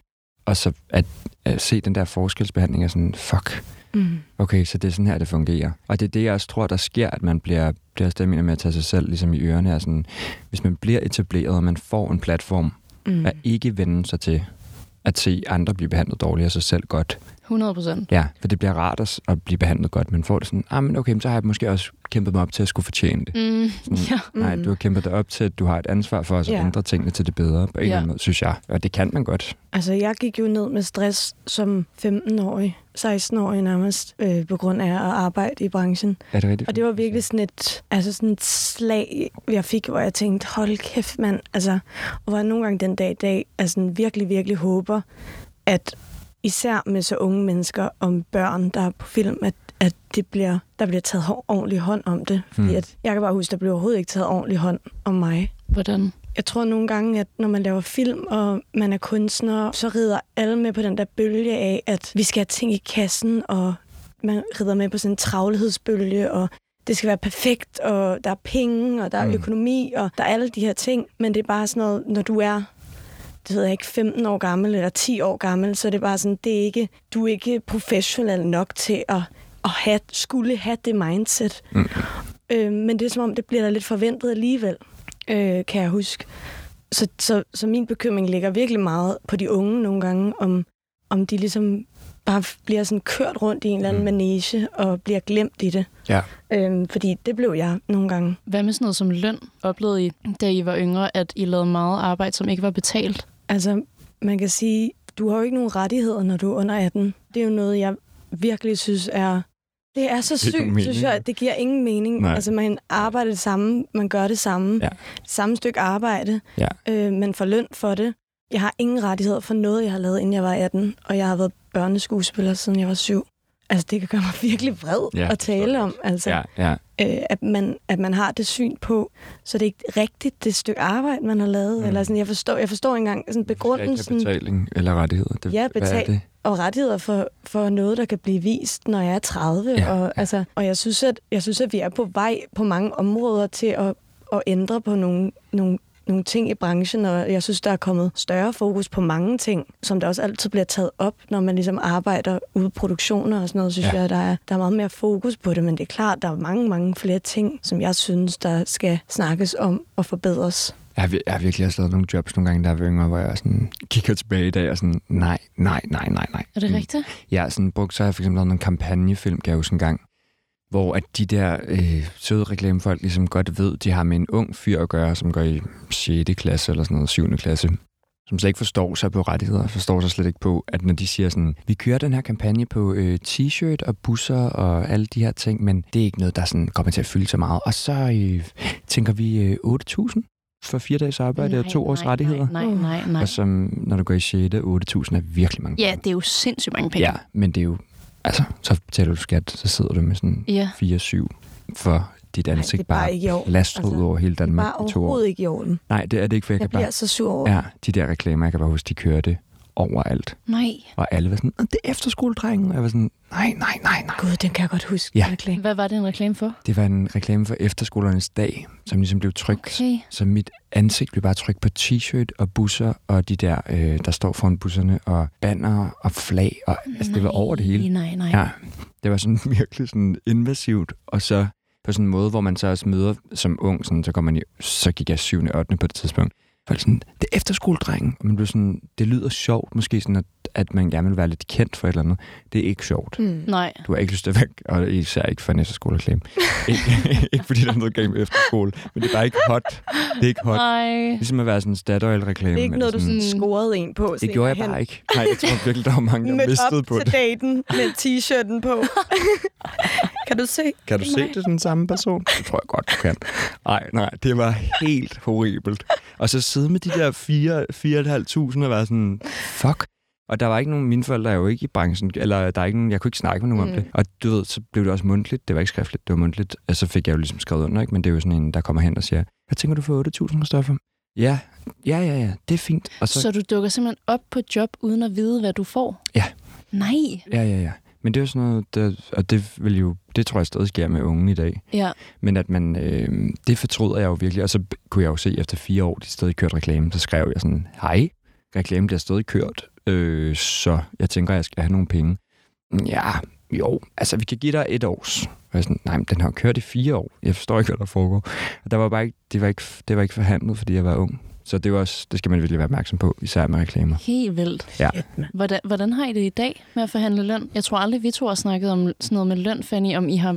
Speaker 1: Og så at, at se den der forskelsbehandling er sådan, fuck,
Speaker 2: Mm.
Speaker 1: okay, så det er sådan her, det fungerer. Og det er det, jeg også tror, der sker, at man bliver, det er også det, jeg mener med at tage sig selv ligesom i ørerne, er sådan, hvis man bliver etableret, og man får en platform,
Speaker 2: Mm.
Speaker 1: at ikke vende sig til at se andre blive behandlet dårligt og sig selv godt.
Speaker 3: 100 procent.
Speaker 1: Ja, for det bliver rart at, s- at blive behandlet godt. Man får det sådan, ah, men okay, men så har jeg måske også kæmpet mig op til at skulle fortjene det.
Speaker 3: Mm, ja.
Speaker 1: Mm. Nej, du har kæmpet dig op til, at du har et ansvar for at
Speaker 2: Ja.
Speaker 1: yeah. ændre tingene til det bedre, på en
Speaker 3: Ja.
Speaker 1: yeah. eller anden måde, synes jeg. Og det kan man godt.
Speaker 2: Altså, jeg gik jo ned med stress som 15-årig, 16-årig nærmest, øh, på grund af at arbejde i branchen.
Speaker 1: Er det rigtigt?
Speaker 2: Og det var virkelig sådan et, altså sådan et slag, jeg fik, hvor jeg tænkte, hold kæft, mand. Altså, og hvor jeg nogle gange den dag i dag altså, sådan virkelig, virkelig håber, at især med så unge mennesker om børn, der er på film, at, at det bliver, der bliver taget hår- ordentlig hånd om det. Fordi
Speaker 1: Hmm.
Speaker 2: at, jeg kan bare huske, der blev overhovedet ikke taget ordentlig hånd om mig.
Speaker 3: Hvordan?
Speaker 2: Jeg tror nogle gange, at når man laver film, og man er kunstner, så rider alle med på den der bølge af, at vi skal have ting i kassen, og man rider med på sådan en travlhedsbølge, og det skal være perfekt, og der er penge, og der er
Speaker 1: Mm.
Speaker 2: økonomi, og der er alle de her ting. Men det er bare sådan noget, når du er det ved jeg ikke, 15 år gammel eller 10 år gammel, så er det bare sådan, det er ikke, du er ikke professionel nok til at, at have, skulle have det mindset.
Speaker 1: Mm.
Speaker 2: Øh, men det er som om, det bliver der lidt forventet alligevel, øh, kan jeg huske. Så, så, så min bekymring ligger virkelig meget på de unge nogle gange, om, om de ligesom bare f- bliver sådan kørt rundt i en eller anden
Speaker 1: Mm.
Speaker 2: mm. manege og bliver glemt i det.
Speaker 1: Ja.
Speaker 2: Øhm, fordi det blev jeg nogle gange.
Speaker 3: Hvad med sådan noget som løn? Oplevede I, da I var yngre, at I lavede meget arbejde, som ikke var betalt?
Speaker 2: Altså, man kan sige, du har jo ikke nogen rettigheder, når du er under 18. Det er jo noget, jeg virkelig synes er... Det er så
Speaker 1: Det giver
Speaker 2: sygt,
Speaker 1: mening,
Speaker 2: synes jeg.
Speaker 1: ja.
Speaker 2: at Det giver ingen mening.
Speaker 1: Nej.
Speaker 2: Altså, man arbejder det samme, man gør det samme.
Speaker 1: Ja.
Speaker 2: Samme stykke arbejde.
Speaker 1: Ja.
Speaker 2: Øh, man får løn for det. Jeg har ingen rettigheder for noget, jeg har lavet, inden jeg var 18. Og jeg har været børneskuespiller, siden jeg var syv. Altså, det kan gøre mig virkelig vred
Speaker 1: Ja,
Speaker 2: at
Speaker 1: det forstår
Speaker 2: tale
Speaker 1: jeg
Speaker 2: om. Altså,
Speaker 1: Ja, ja.
Speaker 2: øh, at, man, at man har det syn på, så det er ikke rigtigt det stykke arbejde, man har lavet.
Speaker 1: Mm.
Speaker 2: Mm. Eller sådan, jeg, forstår, jeg forstår ikke engang sådan
Speaker 1: Ja,
Speaker 2: begrundelsen
Speaker 1: betaling eller rettigheder. Det,
Speaker 2: Ja,
Speaker 1: Hvad er
Speaker 2: betal-
Speaker 1: det?
Speaker 2: og rettigheder for, for noget, der kan blive vist, når jeg er 30.
Speaker 1: Ja,
Speaker 2: Ja, og, Altså, og jeg, synes, at, jeg synes, at vi er på vej på mange områder til at, at ændre på nogle, nogle, nogle ting i branchen, og jeg synes, der er kommet større fokus på mange ting, som der også altid bliver taget op, når man ligesom arbejder ude i produktioner og sådan noget, synes
Speaker 1: Ja.
Speaker 2: ja. jeg, der er, der er meget mere fokus på det, men det er klart, der er mange, mange flere ting, som jeg synes, der skal snakkes om og forbedres.
Speaker 1: Jeg har, vir- jeg har virkelig også lavet nogle jobs nogle gange, der er yngre, hvor jeg sådan kigger tilbage i dag og sådan, nej, nej, nej, nej, nej.
Speaker 3: Er det
Speaker 1: Mm.
Speaker 3: rigtigt?
Speaker 1: Jeg har sådan brugt, så har jeg for eksempel lavet nogle kampagnefilm, gav jeg huske en gang, hvor at de der øh, søde reklamefolk ligesom godt ved, de har med en ung fyr at gøre, som går i 6. klasse eller sådan noget, 7. klasse, som slet ikke forstår sig på rettigheder, forstår sig slet ikke på, at når de siger sådan, vi kører den her kampagne på øh, t-shirt og busser og alle de her ting, men det er ikke noget, der sådan kommer til at fylde så meget. Og så øh, tænker vi øh, 8.000 for fire dages arbejde og to års
Speaker 3: nej,
Speaker 1: rettigheder. Uh.
Speaker 3: Nej, nej, nej. nej.
Speaker 1: Og som, når du går i 6. 8.000 er virkelig mange
Speaker 3: Ja, det er jo sindssygt mange penge.
Speaker 1: Ja, men det er jo... Altså, så betaler du skat, så sidder du med sådan
Speaker 3: Ja.
Speaker 1: 4-7 for dit
Speaker 2: det er
Speaker 1: ansigt
Speaker 2: bare
Speaker 1: bare,
Speaker 2: ikke i orden.
Speaker 1: lastet
Speaker 2: Altså,
Speaker 1: ud over hele
Speaker 2: Det er
Speaker 1: Danmark
Speaker 2: bare
Speaker 1: i to år.
Speaker 2: overhovedet ikke i orden.
Speaker 1: Nej, det er det ikke, for jeg,
Speaker 2: Jeg
Speaker 1: kan
Speaker 2: bliver så sur over.
Speaker 1: bare... Ja, de der reklamer, jeg kan bare huske, de kørte overalt.
Speaker 3: Nej.
Speaker 1: Og alle var sådan, "Åh, det er efterskoledrengen. Og jeg var sådan, nej, nej, nej, nej.
Speaker 2: Gud, den kan jeg godt huske.
Speaker 1: Ja.
Speaker 2: virkelig.
Speaker 3: Hvad var det en reklame for?
Speaker 1: Det var en reklame for efterskolernes dag, som ligesom blev trykt.
Speaker 3: Okay.
Speaker 1: Så mit ansigt blev bare trykt på t-shirt og busser og de der, øh, der står foran busserne, og banner og flag. Og, altså, det var over det hele.
Speaker 3: Nej, nej.
Speaker 1: Ja, det var sådan virkelig sådan invasivt, og så på sådan en måde, hvor man så også møder som ung, sådan, så, går man i, så gik jeg 7. og 8. på det tidspunkt. Folk sådan, det er efterskoledrengen. Og man blev sådan, det lyder sjovt, måske sådan, at, at man gerne vil være lidt kendt for et eller andet. Det er ikke sjovt.
Speaker 2: Mm.
Speaker 3: Nej.
Speaker 1: Du har ikke lyst til at være, og især ikke for en efterskolereklame. ikke, ikke fordi der er noget game efterskole, men det er bare ikke hot. Det er ikke hot.
Speaker 3: Nej.
Speaker 1: Ligesom at være sådan en Statoil-reklame.
Speaker 2: Det er ikke
Speaker 1: eller
Speaker 2: noget, du sådan
Speaker 3: Mm.
Speaker 2: scorede en på.
Speaker 1: Det gjorde jeg bare ikke. Nej, jeg tror virkelig, der var mange, der
Speaker 2: Mødt
Speaker 1: mistede
Speaker 2: op
Speaker 1: på
Speaker 2: til
Speaker 1: det.
Speaker 2: daten med t-shirten på. kan du se?
Speaker 1: Kan du se det den samme person? Det tror jeg godt, du kan. Nej, nej, det var helt horribelt. Og så sidde med de der 4.500 og være sådan, fuck. Og der var ikke nogen, mine forældre er jo ikke i branchen, eller der er ikke nogen, jeg kunne ikke snakke med nogen mm. om det. Og du ved, så blev det også mundtligt, det var ikke skriftligt, det var mundtligt. Og så fik jeg jo ligesom skrevet under, ikke? men det er jo sådan en, der kommer hen og siger, hvad tænker du for 8.000, Christoffer? Ja, ja, ja, ja, det er fint. Og så,
Speaker 3: Så du dukker simpelthen op på job, uden at vide, hvad du får?
Speaker 1: Ja.
Speaker 3: Nej.
Speaker 1: ja, ja, ja. Men det er jo sådan noget, der, og det, vil jo, det tror jeg stadig sker med unge i dag.
Speaker 3: Ja.
Speaker 1: Men at man, øh, det fortryder jeg jo virkelig. Og så b- kunne jeg jo se, efter fire år, de stadig kørte reklame, så skrev jeg sådan, hej, reklamen bliver stadig kørt, øh, så jeg tænker, jeg skal have nogle penge. Mm, Ja, jo, altså vi kan give dig et års. Og jeg er sådan, nej, men den har jo kørt i fire år. Jeg forstår ikke, hvad der foregår. Og der var bare ikke, det, var ikke, det var ikke forhandlet, fordi jeg var ung. Så det, er jo også, det skal man virkelig være opmærksom på, især med reklamer.
Speaker 3: Helt vildt.
Speaker 1: Ja.
Speaker 3: Hvordan, hvordan har I det i dag med at forhandle løn? Jeg tror aldrig, vi to har snakket om sådan noget med løn, Fanny. Om I har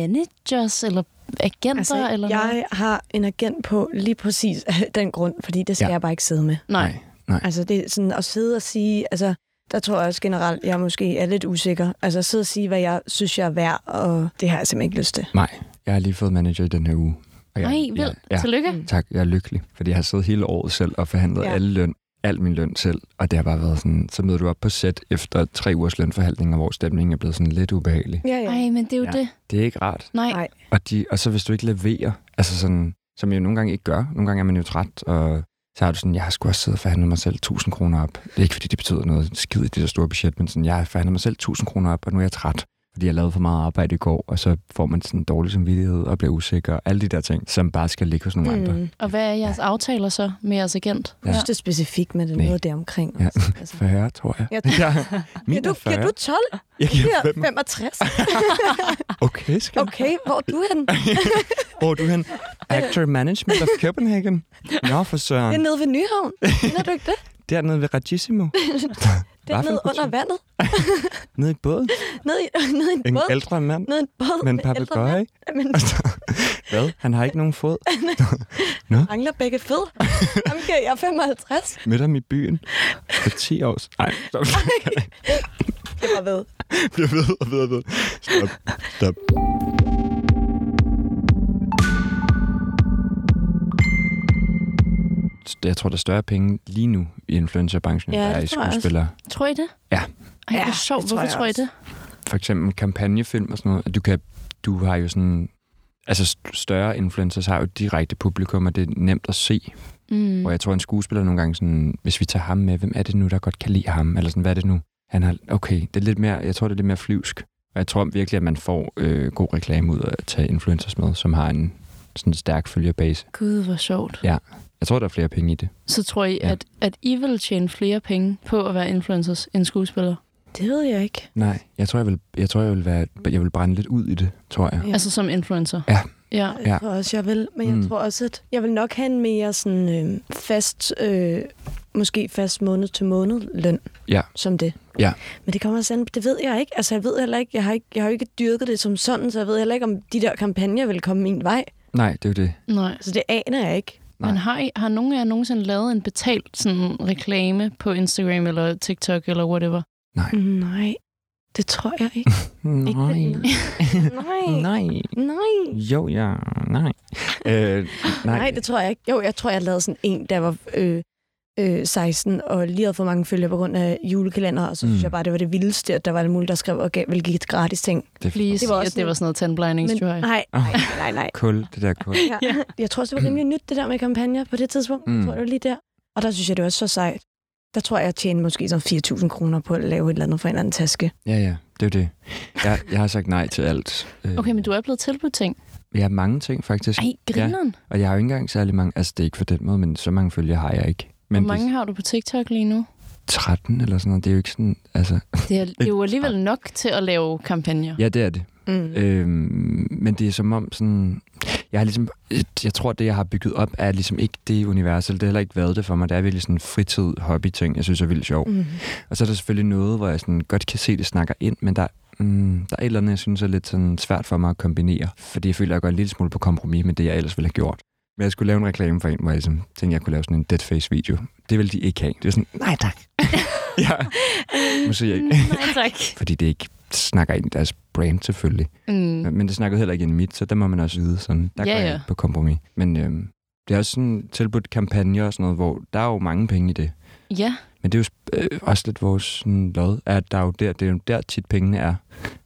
Speaker 3: managers eller agenter
Speaker 2: Altså,
Speaker 3: eller noget?
Speaker 2: jeg har en agent på lige præcis af den grund, fordi det skal
Speaker 1: Ja.
Speaker 2: ja. jeg bare ikke sidde med.
Speaker 3: Nej.
Speaker 1: nej.
Speaker 2: Altså, det er sådan at sidde og sige... Altså, der tror jeg også generelt, jeg måske er lidt usikker. Altså, sidde og sige, hvad jeg synes, jeg er værd, og det har jeg simpelthen ikke lyst til.
Speaker 1: Nej, jeg har lige fået manager i den her uge. Og jeg,
Speaker 3: Nej, vildt.
Speaker 1: Ja, ja,
Speaker 3: Tillykke.
Speaker 2: Hmm.
Speaker 1: tak, jeg er lykkelig, fordi jeg har siddet hele året selv og forhandlet ja.
Speaker 2: Ja.
Speaker 1: alle løn, al min løn selv, og det har bare været sådan, så møder du op på sæt efter tre ugers lønforhandlinger, hvor stemningen er blevet sådan lidt ubehagelig.
Speaker 2: Ja, ja.
Speaker 3: Nej, men det er jo ja.
Speaker 1: Ja.
Speaker 3: det.
Speaker 1: Det er ikke rart.
Speaker 3: Nej.
Speaker 2: Nej.
Speaker 1: Og, de, og så hvis du ikke leverer, altså sådan, som jeg jo nogle gange ikke gør, nogle gange er man jo træt, og så har du sådan, jeg har sgu også siddet og forhandlet mig selv 1000 kroner op. Det er ikke fordi, det betyder noget skid i det der store budget, men sådan, jeg har forhandlet mig selv 1000 kroner op, og nu er jeg træt, fordi jeg lavede for meget arbejde i går, og så får man sådan dårlig samvittighed og bliver usikker, og alle de der ting, som bare skal ligge hos nogle mm. andre.
Speaker 2: Mm.
Speaker 3: Og hvad er jeres aftaler så med jeres agent?
Speaker 2: Jeg synes, det er specifikt med det
Speaker 1: Nej.
Speaker 2: noget der omkring.
Speaker 1: Ja.
Speaker 2: Altså.
Speaker 1: 40, tror jeg.
Speaker 2: Ja.
Speaker 1: ja. Min
Speaker 2: Giver du,
Speaker 1: er 40.
Speaker 2: giver du 12?
Speaker 1: Jeg giver
Speaker 2: Giver
Speaker 1: fem.
Speaker 2: 65?
Speaker 1: Okay, skal okay.
Speaker 2: Okay, hvor er du henne?
Speaker 1: Hvor er du hen? Actor Management of Copenhagen. Nå, for
Speaker 2: Det er
Speaker 1: søren.
Speaker 2: nede ved Nyhavn. Kender du ikke det?
Speaker 1: Dernede ved Regissimo.
Speaker 2: Det er
Speaker 1: Hvad for
Speaker 2: nede
Speaker 1: en
Speaker 2: under vandet.
Speaker 1: Nede i båden.
Speaker 2: Nede i, nede i en,
Speaker 1: En
Speaker 2: båd.
Speaker 1: ældre mand.
Speaker 2: Nede i en båd.
Speaker 1: Men
Speaker 2: med ældre
Speaker 1: papegøje?
Speaker 2: mænd. Men
Speaker 1: Hvad? Han har ikke nogen fod.
Speaker 2: mangler begge fed. Jamen, giver jeg 55.
Speaker 1: Mødte ham i byen for 10 år. s- Ej, stop.
Speaker 2: Det var ved.
Speaker 1: Jeg ved, jeg ved, jeg ved. Stop. Stop. Jeg tror, der er større penge lige nu i influencerbranchen, end
Speaker 3: Ja,
Speaker 1: der er
Speaker 3: det
Speaker 1: i
Speaker 3: tror jeg også.
Speaker 1: skuespillere.
Speaker 3: Tror I det?
Speaker 1: Ja.
Speaker 3: Ej, ja,
Speaker 2: Ja,
Speaker 3: sjovt.
Speaker 2: det tror
Speaker 3: Hvorfor
Speaker 2: jeg
Speaker 3: tror I
Speaker 2: også.
Speaker 3: det?
Speaker 1: for eksempel kampagnefilm og sådan noget, at du kan, du har jo sådan, altså st- større influencers har jo et direkte publikum, og det er nemt at se.
Speaker 3: Mm.
Speaker 1: Og jeg tror, en skuespiller nogle gange sådan, hvis vi tager ham med, hvem er det nu, der godt kan lide ham? Eller sådan, hvad er det nu? Han har, okay, det er lidt mere, jeg tror, det er lidt mere flyvsk. Og jeg tror virkelig, at man får øh, god reklame ud af at tage influencers med, som har en sådan stærk følgerbase.
Speaker 3: Gud, hvor sjovt.
Speaker 1: Jeg tror, der er flere penge i det.
Speaker 3: Så tror I,
Speaker 1: Ja.
Speaker 3: ja. at, at I vil tjene flere penge på at være influencers end skuespillere?
Speaker 2: Det ved jeg ikke.
Speaker 1: Nej, jeg tror, jeg vil, jeg tror, jeg vil, være, jeg vil brænde lidt ud i det, tror jeg.
Speaker 2: Ja.
Speaker 3: Altså som influencer?
Speaker 1: Ja.
Speaker 3: Ja.
Speaker 2: Jeg
Speaker 1: Ja.
Speaker 2: tror også, jeg vil. Men jeg
Speaker 1: Mm.
Speaker 2: mm. tror også, at jeg vil nok have en mere sådan øh, fast, øh, måske fast måned til måned løn.
Speaker 1: Ja.
Speaker 2: Som det.
Speaker 1: Ja.
Speaker 2: Men det kommer også an, det ved jeg ikke. Altså, jeg ved heller ikke, jeg har, ikke, jeg har jo ikke dyrket det som sådan, så jeg ved heller ikke, om de der kampagner vil komme min vej.
Speaker 1: Nej, det er jo det.
Speaker 3: Nej.
Speaker 2: Så det aner jeg ikke.
Speaker 1: Nej.
Speaker 3: Men har, I, har nogen af jer nogensinde lavet en betalt sådan, reklame på Instagram eller TikTok eller whatever?
Speaker 2: Nej, det tror jeg ikke. Ikke Nej, nej,
Speaker 1: Nej.
Speaker 2: nej.
Speaker 1: Jo, ja, nej. Øh, nej.
Speaker 2: Nej, det tror jeg ikke. Jo, jeg tror, jeg lavede sådan en, der var øh, øh, 16 og lige havde for mange følgere på grund af julekalender, og så mm.
Speaker 1: Mm.
Speaker 2: synes jeg bare, det var det vildeste, at der var alle mulige, der skrev og gav, ville give et gratis ting.
Speaker 1: det
Speaker 3: Please, det
Speaker 2: Det var
Speaker 3: var,
Speaker 2: også
Speaker 3: at det var sådan noget tandblegningsjoy.
Speaker 2: nej, nej, nej, nej.
Speaker 1: Kul, det der kul.
Speaker 2: Ja. Ja. Jeg tror også, det var rimelig nyt, det der med kampagner på det tidspunkt.
Speaker 1: Mm.
Speaker 2: Jeg tror, det var lige der. Og der synes jeg, det var så sejt. Der tror jeg, jeg tjente måske sådan 4.000 kroner på at lave et eller andet for en eller anden taske.
Speaker 1: Ja, ja, det er jo det. Jeg, jeg har sagt nej til alt. Øh,
Speaker 3: Okay, men du er blevet tilbudt ting.
Speaker 1: Jeg har mange ting, faktisk.
Speaker 3: Ej, grineren. Ja.
Speaker 1: Og jeg har jo ikke engang særlig mange... Altså, det er ikke for den måde, men så mange følgere har jeg ikke. Men
Speaker 3: Hvor mange
Speaker 1: det
Speaker 3: har du på TikTok lige nu?
Speaker 1: er 13 eller sådan noget, det er jo ikke sådan... Altså,
Speaker 3: Det er, det er jo alligevel nok til at lave kampagner.
Speaker 1: ja, det er det.
Speaker 2: Mm.
Speaker 1: Øhm, men det er som om sådan... Jeg, har ligesom, jeg tror, det, jeg har bygget op, er ligesom ikke det univers, eller det har heller ikke været det for mig. Det er virkelig sådan fritid, hobby-ting, jeg synes er vildt sjov.
Speaker 2: Mm.
Speaker 1: Og så er der selvfølgelig noget, hvor jeg sådan godt kan se, det snakker ind, men der, mm, der er et eller andet, jeg synes er lidt sådan svært for mig at kombinere. Fordi jeg føler, at jeg går en lille smule på kompromis med det, jeg ellers ville have gjort. Men jeg skulle lave en reklame for en, hvor jeg sådan, tænkte, jeg kunne lave sådan en dead face video. Det ville de ikke have. Det er sådan, nej tak. ja, måske ikke.
Speaker 3: Mm, Nej, tak.
Speaker 1: Fordi det ikke snakker ind i deres brand selvfølgelig.
Speaker 3: Mm.
Speaker 1: Men- Men det snakkede heller ikke ind i mit, så der må man også vide sådan. Der
Speaker 3: Ja,
Speaker 1: går jeg
Speaker 3: ja.
Speaker 1: ikke på kompromis. Men øhm, det er også sådan tilbudt kampagner og sådan noget, hvor der er jo mange penge i det.
Speaker 3: Ja,
Speaker 1: Men det er jo øh, også lidt vores sådan, lod, at der er jo der, det er jo der tit pengene er.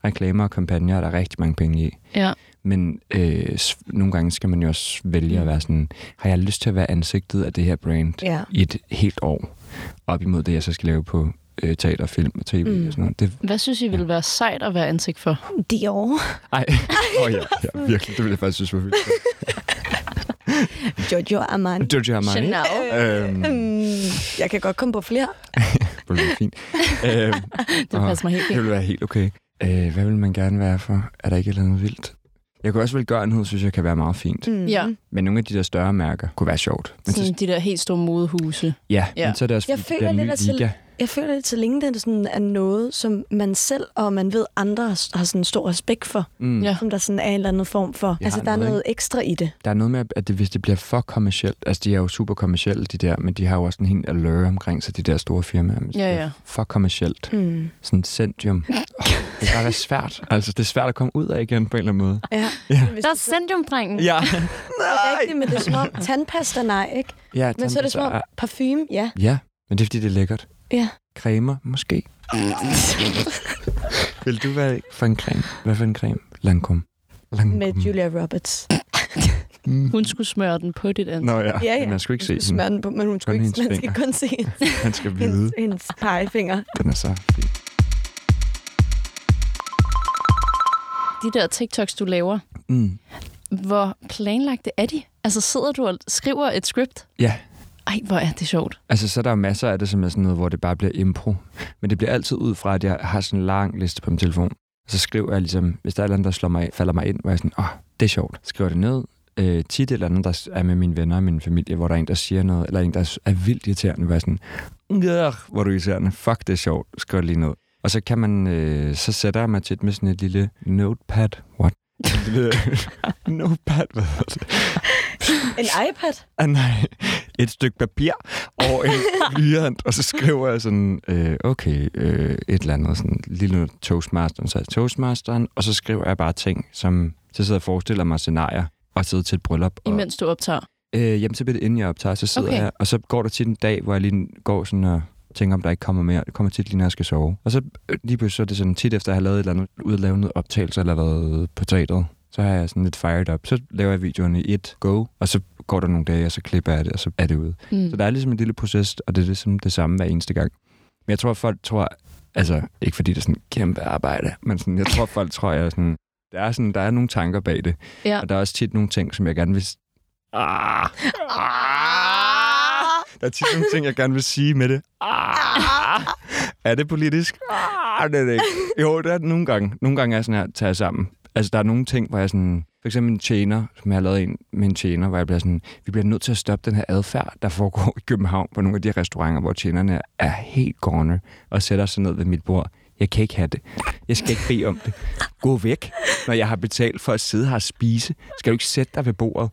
Speaker 1: Reklamer og kampagner er der rigtig mange penge i.
Speaker 3: ja.
Speaker 1: Men øh, s- nogle gange skal man jo også vælge at være sådan, har jeg lyst til at være ansigtet af det her brand
Speaker 2: Ja.
Speaker 1: i et helt år, op imod det, jeg så skal lave på øh, teater, film og tv mm.
Speaker 2: Mm.
Speaker 1: og sådan noget. Det,
Speaker 3: Hvad synes I ville være sejt at være ansigt for?
Speaker 2: Dior.
Speaker 1: ej, oh, ja, ja, virkelig, det ville jeg faktisk synes var vildt.
Speaker 2: Giorgio Armani.
Speaker 1: Giorgio Armani.
Speaker 3: Chanel.
Speaker 1: Øhm,
Speaker 2: Mm, jeg kan godt komme på flere.
Speaker 1: det ville være fint. Øhm,
Speaker 3: Det
Speaker 1: og-
Speaker 3: passer mig helt
Speaker 1: Det
Speaker 3: ind.
Speaker 1: ville være helt okay. Øh, hvad vil man gerne være for? Er der ikke et eller andet vildt? Jeg kunne også velgørenhed, synes jeg kan være meget fint. Mm.
Speaker 2: Mm.
Speaker 3: Ja,
Speaker 1: Men nogle af de der større mærker kunne være sjovt. Men så,
Speaker 3: sådan de der helt store modehuse.
Speaker 1: ja,
Speaker 3: ja.
Speaker 1: ja, men så er det også
Speaker 2: Jeg
Speaker 1: fordi, det
Speaker 2: føler
Speaker 1: er en
Speaker 2: lidt,
Speaker 1: ny
Speaker 2: at selv-
Speaker 1: liga.
Speaker 2: Jeg føler lidt, så længe det sådan er noget, som man selv og man ved, andre har har sådan stor respekt for,
Speaker 1: Mm.
Speaker 3: Ja.
Speaker 2: som der sådan er en eller anden form for.
Speaker 1: Jeg
Speaker 2: altså,
Speaker 1: har
Speaker 2: der er
Speaker 1: noget,
Speaker 2: noget ekstra i det.
Speaker 1: Der er noget med, at det, hvis det bliver for kommercielt, altså de er jo super kommercielle, de der, men de har jo også en helt allure omkring sig, de der store firmaer. Hvis
Speaker 3: Ja,
Speaker 1: det er
Speaker 3: ja.
Speaker 1: For kommercielt.
Speaker 2: Mm.
Speaker 1: Sådan Centium. Oh, det kan bare være svært. Altså, det er svært at komme ud af igen på en eller anden måde.
Speaker 2: Ja.
Speaker 3: Der er Sendium-drengen.
Speaker 1: Ja.
Speaker 2: Rigtigt, men det er som om tandpasta, nej, ikke?
Speaker 1: ja
Speaker 2: Men så er det som om parfume, ja.
Speaker 1: Ja, men det er fordi, det er lækkert.
Speaker 2: Ja.
Speaker 1: Cremer, måske. Vil du være for en creme? Hvad for en creme? Lancome. Lancome. Mm.
Speaker 2: Med Julia Roberts.
Speaker 3: Hun skulle smøre den på dit ansigt.
Speaker 1: Nå ja,
Speaker 2: Ja,
Speaker 1: ja,
Speaker 2: ja.
Speaker 1: ja. man skulle ikke se den.
Speaker 2: Smør den på, men hun skulle
Speaker 1: Kun
Speaker 2: ikke,
Speaker 1: hendes
Speaker 2: man skal
Speaker 1: fingre.
Speaker 2: kun se hendes,
Speaker 1: Man skal vide,
Speaker 2: hendes, hendes pegefinger.
Speaker 1: den er så fin.
Speaker 3: De der TikToks, du laver,
Speaker 1: Mm.
Speaker 3: hvor planlagte er de? Altså sidder du og skriver et script?
Speaker 1: Ja,
Speaker 3: Ej, hvor er det sjovt.
Speaker 1: Altså, så er der jo masser af det, som er sådan noget, hvor det bare bliver impro. Men det bliver altid ud fra, at jeg har sådan en lang liste på min telefon. Så skriver jeg ligesom, hvis der er et eller andet, der slår mig, falder mig ind, hvor jeg er sådan, åh, det er sjovt. Skriver det ned. Øh, tit et eller andet, der er med mine venner og min familie, hvor der er en, der siger noget, eller en, der er vildt irriterende, hvor jeg er sådan, ja, hvor er du irriterende, fuck, det er sjovt, skriver det lige ned. Og så kan man, øh, så sætter jeg mig tit med sådan et lille notepad, what? Et lille notepad, hvad hedder det?
Speaker 2: En iPad?
Speaker 1: ah, nej, et stykke papir og en blyant, og så skriver jeg sådan, øh, okay, øh, et eller andet, sådan lille toastmasteren, så er jeg toastmasteren, og så skriver jeg bare ting, som, så sidder jeg og forestiller mig scenarier, og sidder til et bryllup. Og,
Speaker 3: Imens du optager.
Speaker 1: øh, jamen, så bliver det inden jeg optager, så sidder
Speaker 3: Okay.
Speaker 1: okay. jeg, og så går der tit en dag, hvor jeg lige går sådan og tænker, om der ikke kommer mere. Det kommer tit lige, når jeg skal sove. Og så øh, lige pludselig så er det sådan tit, efter jeg har lavet et eller andet, ud at lave noget optagelse eller været på teateret, så har jeg sådan lidt fired up. Så laver jeg videoerne i et go, og så går der nogle dage, og så klipper jeg det, og så er det ude.
Speaker 3: Mm.
Speaker 1: Så der er ligesom en lille proces, og det er ligesom det samme hver eneste gang. Men jeg tror, folk tror, altså ikke fordi det er sådan kæmpe arbejde, men sådan, jeg tror, folk tror, jeg er sådan, der er, sådan, der er nogle tanker bag det.
Speaker 3: Ja.
Speaker 1: Og der er også tit nogle ting, som jeg gerne vil... Ah, ah, der er tit nogle ting, jeg gerne vil sige med det. Ah, er det politisk? Ah, det er det ikke. Jo, det er det nogle gange. Nogle gange er jeg sådan her, tager jeg sammen. Altså, der er nogle ting, hvor jeg sådan... For eksempel en tjener, som jeg har lavet en med en tjener, hvor jeg bliver sådan, vi bliver nødt til at stoppe den her adfærd, der foregår i København på nogle af de restauranter, hvor tjenerne er helt gårdne og sætter sig ned ved mit bord. Jeg kan ikke have det. Jeg skal ikke bede om det. Gå væk, når jeg har betalt for at sidde her og spise. Skal du ikke sætte dig ved bordet?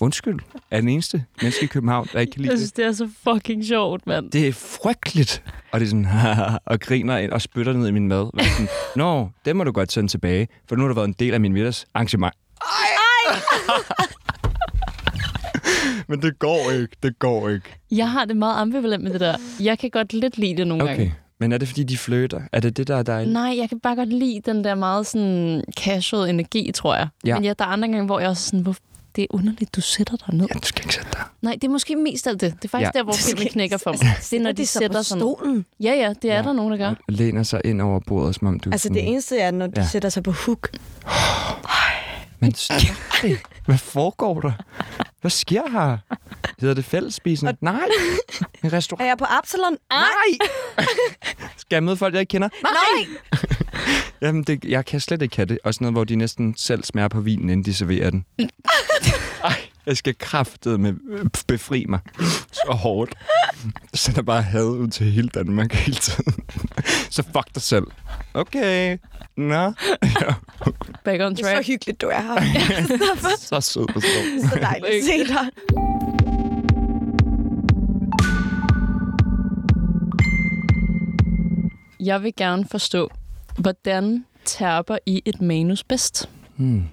Speaker 1: Undskyld, er den eneste menneske i København, der ikke kan lide
Speaker 3: Jeg
Speaker 1: det.
Speaker 3: synes, det er så fucking sjovt, mand.
Speaker 1: Det er frygteligt. Og det er sådan, og griner ind og spytter ned i min mad. Hvor jeg er Sådan, Nå, det må du godt sende tilbage, for nu har du været en del af min middagsarrangement. Ej, ej. Men det går ikke, det går ikke.
Speaker 3: Jeg har det meget ambivalent med det der. Jeg kan godt lidt lide det nogle
Speaker 1: Okay,
Speaker 3: gange.
Speaker 1: men er det fordi, de flytter? Er det det, der er dejligt?
Speaker 3: Nej, jeg kan bare godt lide den der meget sådan casual energi, tror jeg.
Speaker 1: Ja.
Speaker 3: Men ja, der er andre gange, hvor jeg også er sådan, hvor det er underligt, du sætter dig ned.
Speaker 1: Ja, du skal ikke sætte dig.
Speaker 3: Nej, det er måske mest alt det. Det er faktisk ja.
Speaker 1: Ja.
Speaker 3: der, hvor filmen knækker for mig. Det er, når de,
Speaker 2: så
Speaker 3: sætter
Speaker 2: på
Speaker 3: sig ned.
Speaker 2: stolen.
Speaker 3: Ja, ja, det er ja.
Speaker 1: Ja.
Speaker 3: der nogen, der gør.
Speaker 1: Og læner sig ind over bordet, som om du...
Speaker 2: Altså, det eneste er, når de
Speaker 1: Mm. Ja.
Speaker 2: sætter sig på hook.
Speaker 1: Men stop det. Hvad foregår der? Hvad sker her? Hedder det fællesspisende? Nej. En
Speaker 2: Er
Speaker 1: restaurant?
Speaker 2: jeg på Absalon?
Speaker 3: Ah,
Speaker 1: Nej. Skal jeg møde folk, jeg ikke kender?
Speaker 2: Nej!
Speaker 1: Jamen, det, jeg kan slet ikke have det. Også noget, hvor de næsten selv smager på vinen, inden de serverer den. Ej, jeg skal kraftet med befri mig så hårdt. Så der bare had ud til hele Danmark hele tiden. Så fuck dig selv. Okay. Nå. Ja,
Speaker 3: Back on
Speaker 2: Det er så
Speaker 3: track.
Speaker 2: hyggeligt, du er her.
Speaker 1: så sød og sød.
Speaker 2: så dejligt at se dig.
Speaker 3: Jeg vil gerne forstå, hvordan terper I et manus bedst?
Speaker 1: Hmm.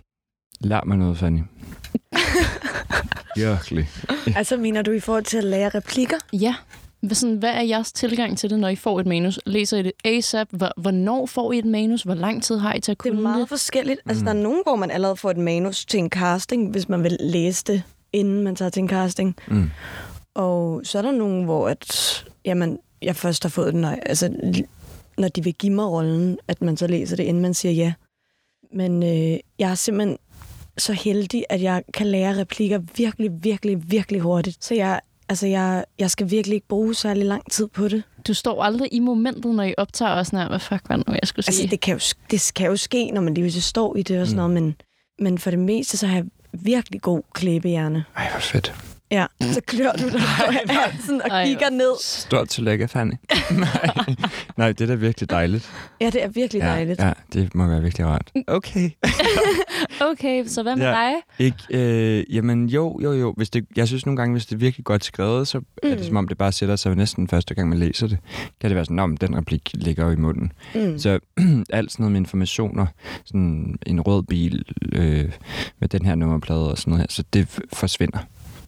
Speaker 1: Lær mig noget, Fanny. Virkelig.
Speaker 2: Altså, mener du i forhold til at lære replikker?
Speaker 3: Ja. Hvad Sådan, hvad er jeres tilgang til det, når I får et manus? Læser I det ASAP? Hvor- Hvornår får I et manus? Hvor lang tid har I til at
Speaker 2: Det
Speaker 3: kunne
Speaker 2: er meget forskelligt. Altså, der er nogen, hvor man allerede får et manus til en casting, hvis man vil læse det, inden man tager til en casting.
Speaker 1: Mm.
Speaker 2: Og så er der nogen, hvor at, jamen, jeg først har fået den, når, altså, l- når de vil give mig rollen, at man så læser det, inden man siger ja. Men øh, jeg er simpelthen så heldig, at jeg kan lære replikker virkelig, virkelig, virkelig hurtigt. Så jeg, altså, jeg, jeg skal virkelig ikke bruge særlig lang tid på det.
Speaker 3: Du står aldrig i momentet, når I optager og sådan her, hvad fuck var det nu, jeg skulle sige?
Speaker 2: Altså, det kan, jo, det kan jo ske, når man lige pludselig står i det og sådan noget, men Men for det meste, så har jeg virkelig god klæbehjerne.
Speaker 1: Ej, hvor fedt.
Speaker 2: Ja, så klør du dig på halsen og
Speaker 3: Ej,
Speaker 2: kigger
Speaker 3: hvor
Speaker 2: ned.
Speaker 1: Stort tillykke, Fanny. nej. nej, det er da virkelig dejligt.
Speaker 2: Ja, det er virkelig dejligt.
Speaker 1: Ja, ja, det må være virkelig rart. Okay.
Speaker 3: Okay, så hvad med
Speaker 1: Ja.
Speaker 3: ja. dig?
Speaker 1: Ikke, øh, jamen jo, jo, jo. Hvis det, jeg synes nogle gange, hvis det er virkelig godt skrevet, så mm. er det som om, det bare sætter sig næsten første gang, man læser det. Kan det være sådan, "Nå, men den replik ligger jo i munden. Mm. Så alt sådan noget med informationer, sådan en rød bil øh, med den her nummerplade og sådan noget her, så det f- forsvinder.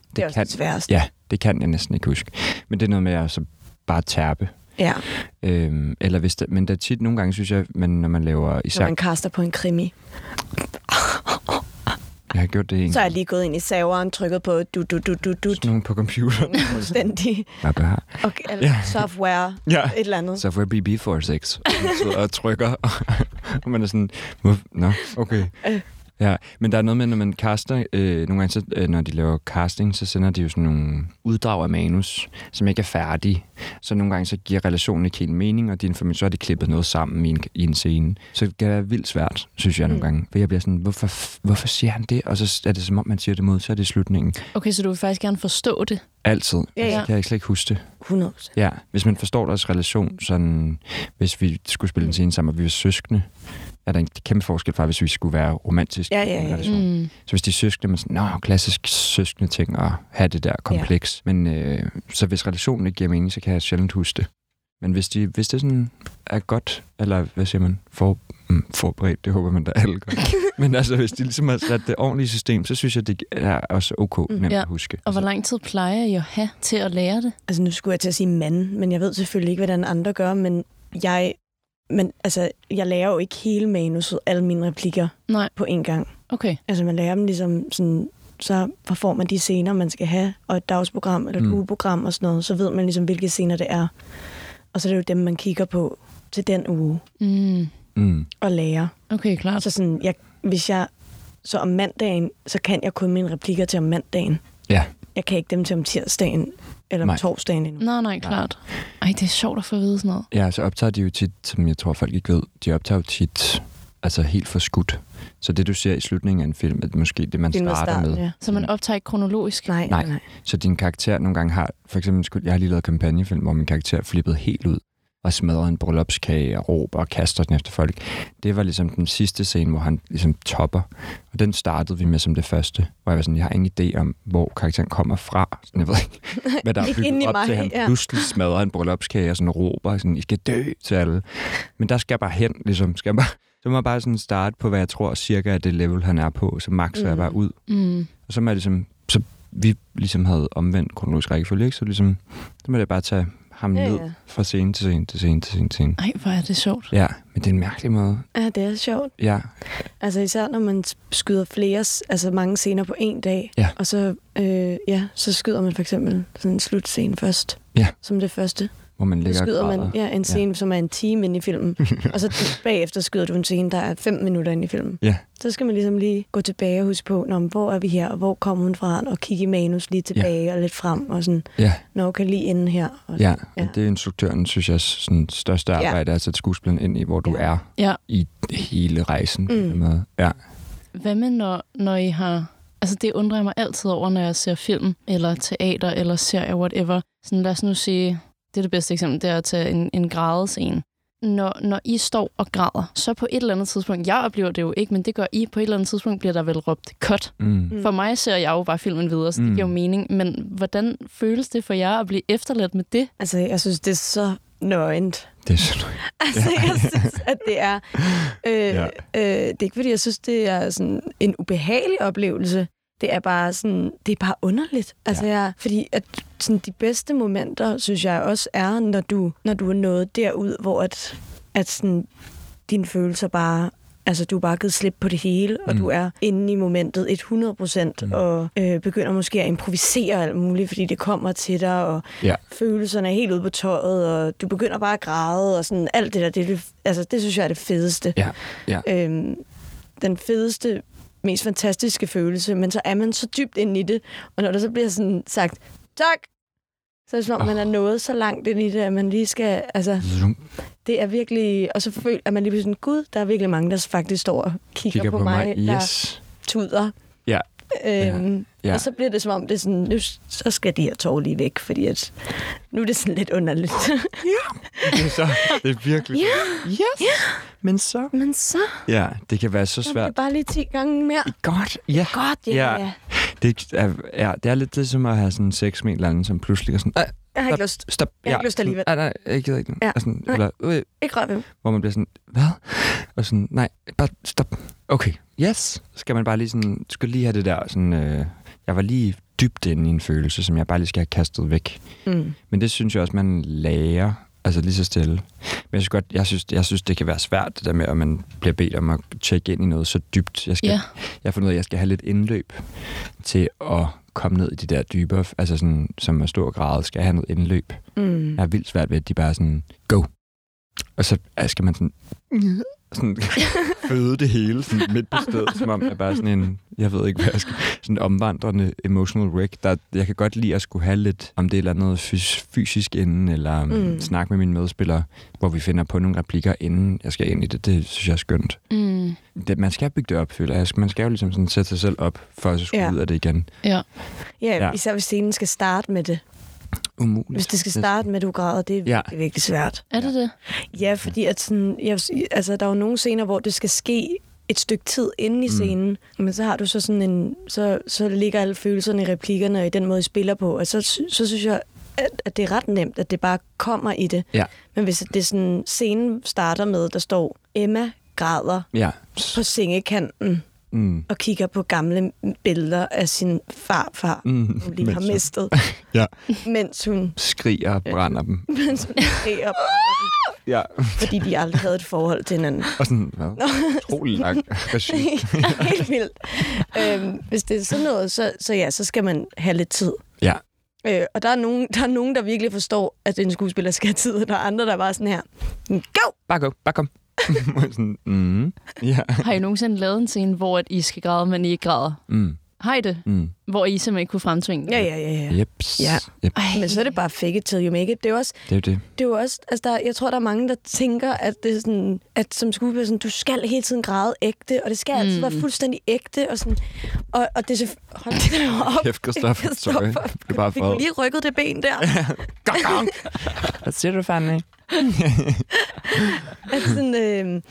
Speaker 2: Det, det er også det sværeste.
Speaker 1: Ja, det kan jeg næsten ikke huske. Men det er noget med at så bare tærpe.
Speaker 2: Ja,
Speaker 1: Øhm, eller hvis det, men der er tit nogle gange, synes jeg, men når man laver
Speaker 2: når
Speaker 1: især...
Speaker 2: man kaster på en krimi.
Speaker 1: Jeg har gjort det en
Speaker 2: Så er jeg lige gået ind i saveren, trykket på du du du du du
Speaker 1: sådan nogle på computeren.
Speaker 2: fuldstændig
Speaker 1: Bare bare-
Speaker 2: okay, eller
Speaker 1: Ja.
Speaker 2: software,
Speaker 1: Ja.
Speaker 2: et eller andet.
Speaker 1: Så får jeg BB46 og sidder og trykker, og man er sådan, "Hvor- nå, okay. Ja, men der er noget med, når man caster, øh, nogle gange, så, øh, når de laver casting, så sender de jo sådan nogle uddrag af manus, som ikke er færdige. Så nogle gange, så giver relationen ikke helt mening, og de inform- så har de klippet noget sammen i en, i en scene. Så det kan være vildt svært, synes jeg
Speaker 2: Mm.
Speaker 1: nogle gange. For jeg bliver sådan, hvorfor, f- hvorfor siger han det? Og så er det som om, man siger det mod, så er det slutningen.
Speaker 3: Okay, så du vil faktisk gerne forstå det.
Speaker 1: Altid.
Speaker 2: Ja,
Speaker 1: Altså,
Speaker 2: ja.
Speaker 1: kan jeg slet ikke huske det.
Speaker 2: 100
Speaker 1: Ja, hvis man forstår deres relation, sådan, hvis vi skulle spille en scene sammen, og vi var søskende, er der en kæmpe forskel fra, hvis vi skulle være romantisk.
Speaker 2: Ja, ja, ja.
Speaker 1: Mm. Så hvis de er søskende, man sådan, nå, klassisk søskende ting at have det der kompleks. Ja. Men øh, så hvis relationen ikke giver mening, så kan jeg sjældent huske det. Men hvis, de, hvis det sådan er godt, eller hvad siger man, for, mm, forberedt, det håber man da alle gør. Men altså, hvis de ligesom har sat det ordentlige system, så synes jeg, det er også ok nemt
Speaker 3: Ja.
Speaker 1: at huske.
Speaker 3: Og hvor lang tid plejer I at have til at lære det?
Speaker 2: Altså nu skulle jeg til at sige mand, men jeg ved selvfølgelig ikke, hvordan andre gør, men jeg, men, altså, jeg lærer jo ikke hele manuset, alle mine replikker
Speaker 3: Nej,
Speaker 2: på én gang.
Speaker 3: okay.
Speaker 2: Altså man lærer dem ligesom sådan, så får man de scener, man skal have, og et dagsprogram eller et
Speaker 1: Mm.
Speaker 2: mm. ugeprogram og sådan noget, så ved man ligesom, hvilke scener det er. Og så er det jo dem, man kigger på til den uge
Speaker 3: Mm.
Speaker 1: Mm.
Speaker 2: og lærer.
Speaker 3: Okay, klart.
Speaker 2: Så sådan, jeg, hvis jeg, så om mandagen, så kan jeg kun mine replikker til om mandagen.
Speaker 1: Ja.
Speaker 2: Jeg kan ikke dem til om tirsdagen eller om
Speaker 1: Nej.
Speaker 2: torsdagen endnu.
Speaker 3: Nej, nej, klart. Ej, det er sjovt at få at vide sådan noget.
Speaker 1: Ja, så optager de jo tit, som jeg tror folk ikke ved, de optager jo tit altså helt for skudt. Så det, du ser i slutningen af en film, er måske det, man
Speaker 2: Det er med
Speaker 1: starter
Speaker 2: starten,
Speaker 1: med.
Speaker 2: ja.
Speaker 3: Så man optager ikke kronologisk.
Speaker 2: Nej,
Speaker 1: Nej.
Speaker 2: nej. nej.
Speaker 1: Så din karakter nogle gange har... For eksempel, skulle- jeg har lige lavet kampagnefilm, hvor min karakter flippede helt ud og smadrer en bryllupskage og råber og kaster den efter folk. Det var ligesom den sidste scene, hvor han ligesom topper. Og den startede vi med som det første, hvor jeg var sådan, jeg har ingen idé om, hvor karakteren kommer fra. Sådan, jeg ved ikke, hvad der er
Speaker 2: Ikke
Speaker 1: bygget
Speaker 2: inde i
Speaker 1: op mig,
Speaker 2: mig,
Speaker 1: til, at han ja.
Speaker 2: ja.
Speaker 1: pludselig smadrer en bryllupskage og sådan råber, sådan, I skal dø til alle. Men der skal jeg bare hen, ligesom. Skal jeg bare, så må jeg bare sådan starte på, hvad jeg tror cirka er det level, han er på. Så makser mm. jeg bare ud.
Speaker 3: Mm.
Speaker 1: Og så må jeg ligesom, så vi ligesom havde omvendt kronologisk rækkefølge, ikke? så ligesom, så må jeg bare tage ham
Speaker 2: Ja,
Speaker 1: ja, ned
Speaker 2: ja.
Speaker 1: fra scene til scene til scene til scene til scene.
Speaker 3: Ej, hvor er det sjovt.
Speaker 1: Ja, men det er en mærkelig måde.
Speaker 2: Ja, det er sjovt.
Speaker 1: Ja,
Speaker 2: Altså især når man skyder flere, s- altså mange scener på en dag,
Speaker 1: Ja.
Speaker 2: og så, øh, ja, så skyder man for eksempel sådan en slutscene først,
Speaker 1: Ja.
Speaker 2: som det første.
Speaker 1: hvor man
Speaker 2: Så
Speaker 1: ligger
Speaker 2: skyder
Speaker 1: og
Speaker 2: man
Speaker 1: græder.
Speaker 2: ja, en scene, ja. som er en time inde i filmen, og så bagefter skyder du en scene, der er fem minutter inde i filmen.
Speaker 1: Ja.
Speaker 2: Så skal man ligesom lige gå tilbage og huske på, Nå, men hvor er vi her, og hvor kommer hun fra, og kigge i manus lige tilbage ja. og lidt frem, og sådan,
Speaker 1: Ja,
Speaker 2: når kan lige ende her. Og
Speaker 1: ja.
Speaker 2: Ja.
Speaker 1: ja. det er instruktøren, synes jeg, sådan største arbejde, ja. er at sætte skuespilleren ind i, hvor du
Speaker 2: Ja.
Speaker 1: er
Speaker 3: Ja.
Speaker 1: i hele rejsen. Mm. Med. Ja.
Speaker 3: Hvad med, når, når I har... Altså, det undrer jeg mig altid over, når jeg ser film, eller teater, eller serier, whatever. Sådan, lad os nu sige... Det er det bedste eksempel, det er at tage en, en grædescene. Når, når I står og græder, så på et eller andet tidspunkt... Jeg oplever det jo ikke, men det gør I. På et eller andet tidspunkt bliver der vel råbt cut.
Speaker 1: Mm.
Speaker 3: Mm. For mig ser jeg jo bare filmen videre, så det
Speaker 1: Mm.
Speaker 3: giver jo mening. Men hvordan føles det for jer at blive efterladt med det?
Speaker 2: Altså, jeg synes, det er så nøgent.
Speaker 1: Det er sådan
Speaker 2: Altså, ja. jeg synes, at det er... Øh,
Speaker 1: Ja.
Speaker 2: ja. øh, det er ikke, fordi jeg synes, det er sådan en ubehagelig oplevelse. Det er bare sådan... Det er bare underligt. Altså, ja. jeg, fordi at sådan, de bedste momenter, synes jeg også er, når du, når du er nået derud, hvor at, at sådan, dine følelser bare... Altså, du er bare givet slip på det hele, og
Speaker 1: Mm.
Speaker 2: du er inde i momentet 100 procent,
Speaker 1: Mm.
Speaker 2: mm. og øh, begynder måske at improvisere alt muligt, fordi det kommer til dig, og
Speaker 1: Ja.
Speaker 2: følelserne er helt ude på tøjet, og du begynder bare at græde, og sådan alt det der, det, er det- altså, det synes jeg er det fedeste.
Speaker 1: Ja, ja.
Speaker 2: Øhm, den fedeste, mest fantastiske følelse, men så er man så dybt inde i det, og når der så bliver sådan sagt, tak, så er det som om, man er nået så langt ind i det, at man lige skal, altså,
Speaker 1: Zoom.
Speaker 2: det er virkelig, og så føler at man lige bliver sådan, gud, der er virkelig mange, der faktisk står og kigger,
Speaker 1: Kigger på, mig.
Speaker 2: Der,
Speaker 1: Yes.
Speaker 2: tuder.
Speaker 1: Ja.
Speaker 2: Øhm,
Speaker 1: Ja.
Speaker 2: ja. Og så bliver det som om, det er sådan, nu, så skal de her tog lige væk, fordi at, nu er det sådan lidt underligt.
Speaker 1: Det er, så, det er virkelig... Ja. Yes. Ja. Men så...
Speaker 2: Men så
Speaker 1: Ja, det kan være så
Speaker 2: så er det
Speaker 1: svært.
Speaker 2: bare lige 10 gange mere.
Speaker 1: Godt, ja.
Speaker 2: Godt, ja.
Speaker 1: Ja.
Speaker 2: ja.
Speaker 1: Det er, ja, det er lidt det, som at have sådan sex med en eller anden, som pludselig er sådan... "Ej,
Speaker 2: Jeg har
Speaker 1: stop,
Speaker 2: ikke lyst.
Speaker 1: Stop.
Speaker 2: Jeg har ikke lyst alligevel."
Speaker 1: Nej, nej, jeg gider ikke.
Speaker 2: Ja.
Speaker 1: Og sådan,
Speaker 2: Nej.
Speaker 1: eller, øh,
Speaker 2: Ikke rør ved dem.
Speaker 1: hvor man bliver sådan, hvad? Og sådan, nej, bare stop. Okay, yes. Så Skal man bare lige sådan, skal lige have det der sådan, øh, jeg var lige dybt inde i en følelse, som jeg bare lige skal have kastet væk.
Speaker 2: Mm.
Speaker 1: Men det synes jeg også, man lærer, altså lige så stille. Men jeg synes, godt, jeg synes, jeg synes det kan være svært, det der med, at man bliver bedt om at tjekke ind i noget så dybt. Jeg, skal,
Speaker 3: Ja.
Speaker 1: jeg har fundet ud af, at jeg skal have lidt indløb til at komme ned i de der dybere, altså sådan, som er stor grad, skal jeg have noget indløb.
Speaker 2: Mm.
Speaker 1: Jeg er vildt svært ved, at de bare er sådan, go. Og så øh, skal man sådan, sådan føde det hele sådan midt på stedet, som om jeg bare er sådan en, jeg ved ikke hvad jeg skal, sådan en omvandrende emotional wreck. Der, jeg kan godt lide at skulle have lidt, om det er et eller andet fys- fysisk inden, eller mm.
Speaker 2: Mm.
Speaker 1: snakke med mine medspillere, hvor vi finder på nogle replikker inden jeg skal ind i det. Det synes jeg er skønt.
Speaker 3: Mm.
Speaker 1: Det, man skal bygge det op, føler jeg. Man skal jo ligesom sådan sætte sig selv op, for at så skulle
Speaker 2: Ja.
Speaker 1: ud af det igen.
Speaker 3: Ja.
Speaker 2: Ja,
Speaker 1: Ja.
Speaker 2: ja, især hvis scenen skal starte med det.
Speaker 1: Umuligt.
Speaker 2: Hvis det skal starte med, at du græder, det er
Speaker 1: Ja.
Speaker 2: ja. virkelig, virkelig svært.
Speaker 3: Er det det?
Speaker 2: Ja, fordi at sådan, jeg, vil sige, altså, der er jo nogle scener, hvor det skal ske et stykke tid inde i
Speaker 1: Mm.
Speaker 2: scenen, men så har du så sådan en, så, så ligger alle følelserne i replikkerne og i den måde, I spiller på, og så, sy- så synes jeg, at, at det er ret nemt, at det bare kommer i det.
Speaker 1: Ja.
Speaker 2: Men hvis det er sådan, scenen starter med, der står, Emma græder
Speaker 1: Ja.
Speaker 2: på sengekanten
Speaker 1: Mm.
Speaker 2: og kigger på gamle billeder af sin farfar, mm, hun lige har
Speaker 1: mens hun-
Speaker 2: mistet,
Speaker 1: Ja.
Speaker 2: mens hun
Speaker 1: Skriger og brænder dem.
Speaker 2: mens hun skriger,
Speaker 1: Ja.
Speaker 2: fordi de aldrig havde et forhold til hinanden.
Speaker 1: Og sådan, hvad? Utrolig lang regi.
Speaker 2: Helt vildt. Øhm, hvis det er sådan noget, så, så ja, så skal man have lidt tid.
Speaker 1: Ja.
Speaker 2: Øh, og der er, nogen, der er nogen, der virkelig forstår, at en skuespiller skal have tid, og der er andre, der er bare sådan her. Go!
Speaker 1: Bare gå, bare kom. sådan, mm, ja.
Speaker 3: Har I nogensinde lavet en scene, hvor at I skal græde, men I ikke græder?
Speaker 1: Mm,
Speaker 3: Har I det?
Speaker 1: mm.
Speaker 3: Hvor I simpelthen ikke kunne fremtvinge det?
Speaker 2: Ja, ja, ja, ja.
Speaker 1: Jeps.
Speaker 2: Ja.
Speaker 1: Yep,
Speaker 3: Ej,
Speaker 2: Men så er det bare fake it till you make it. Det er jo også,
Speaker 1: det er jo det.
Speaker 2: det er jo også altså der, jeg tror, der er mange, der tænker, at, det er sådan, at som skuespiller, sådan, du skal hele tiden græde ægte, og det skal mm. altid være fuldstændig ægte. Og, sådan, og, og det er så... Hold det op.
Speaker 1: Kæft, Christoffer, sorry.
Speaker 2: Christoffer,
Speaker 1: Du er bare
Speaker 2: Fik du
Speaker 1: for...
Speaker 2: lige rykket det ben der?
Speaker 1: Hvad siger du, Fanny?
Speaker 2: altså sådan, øh,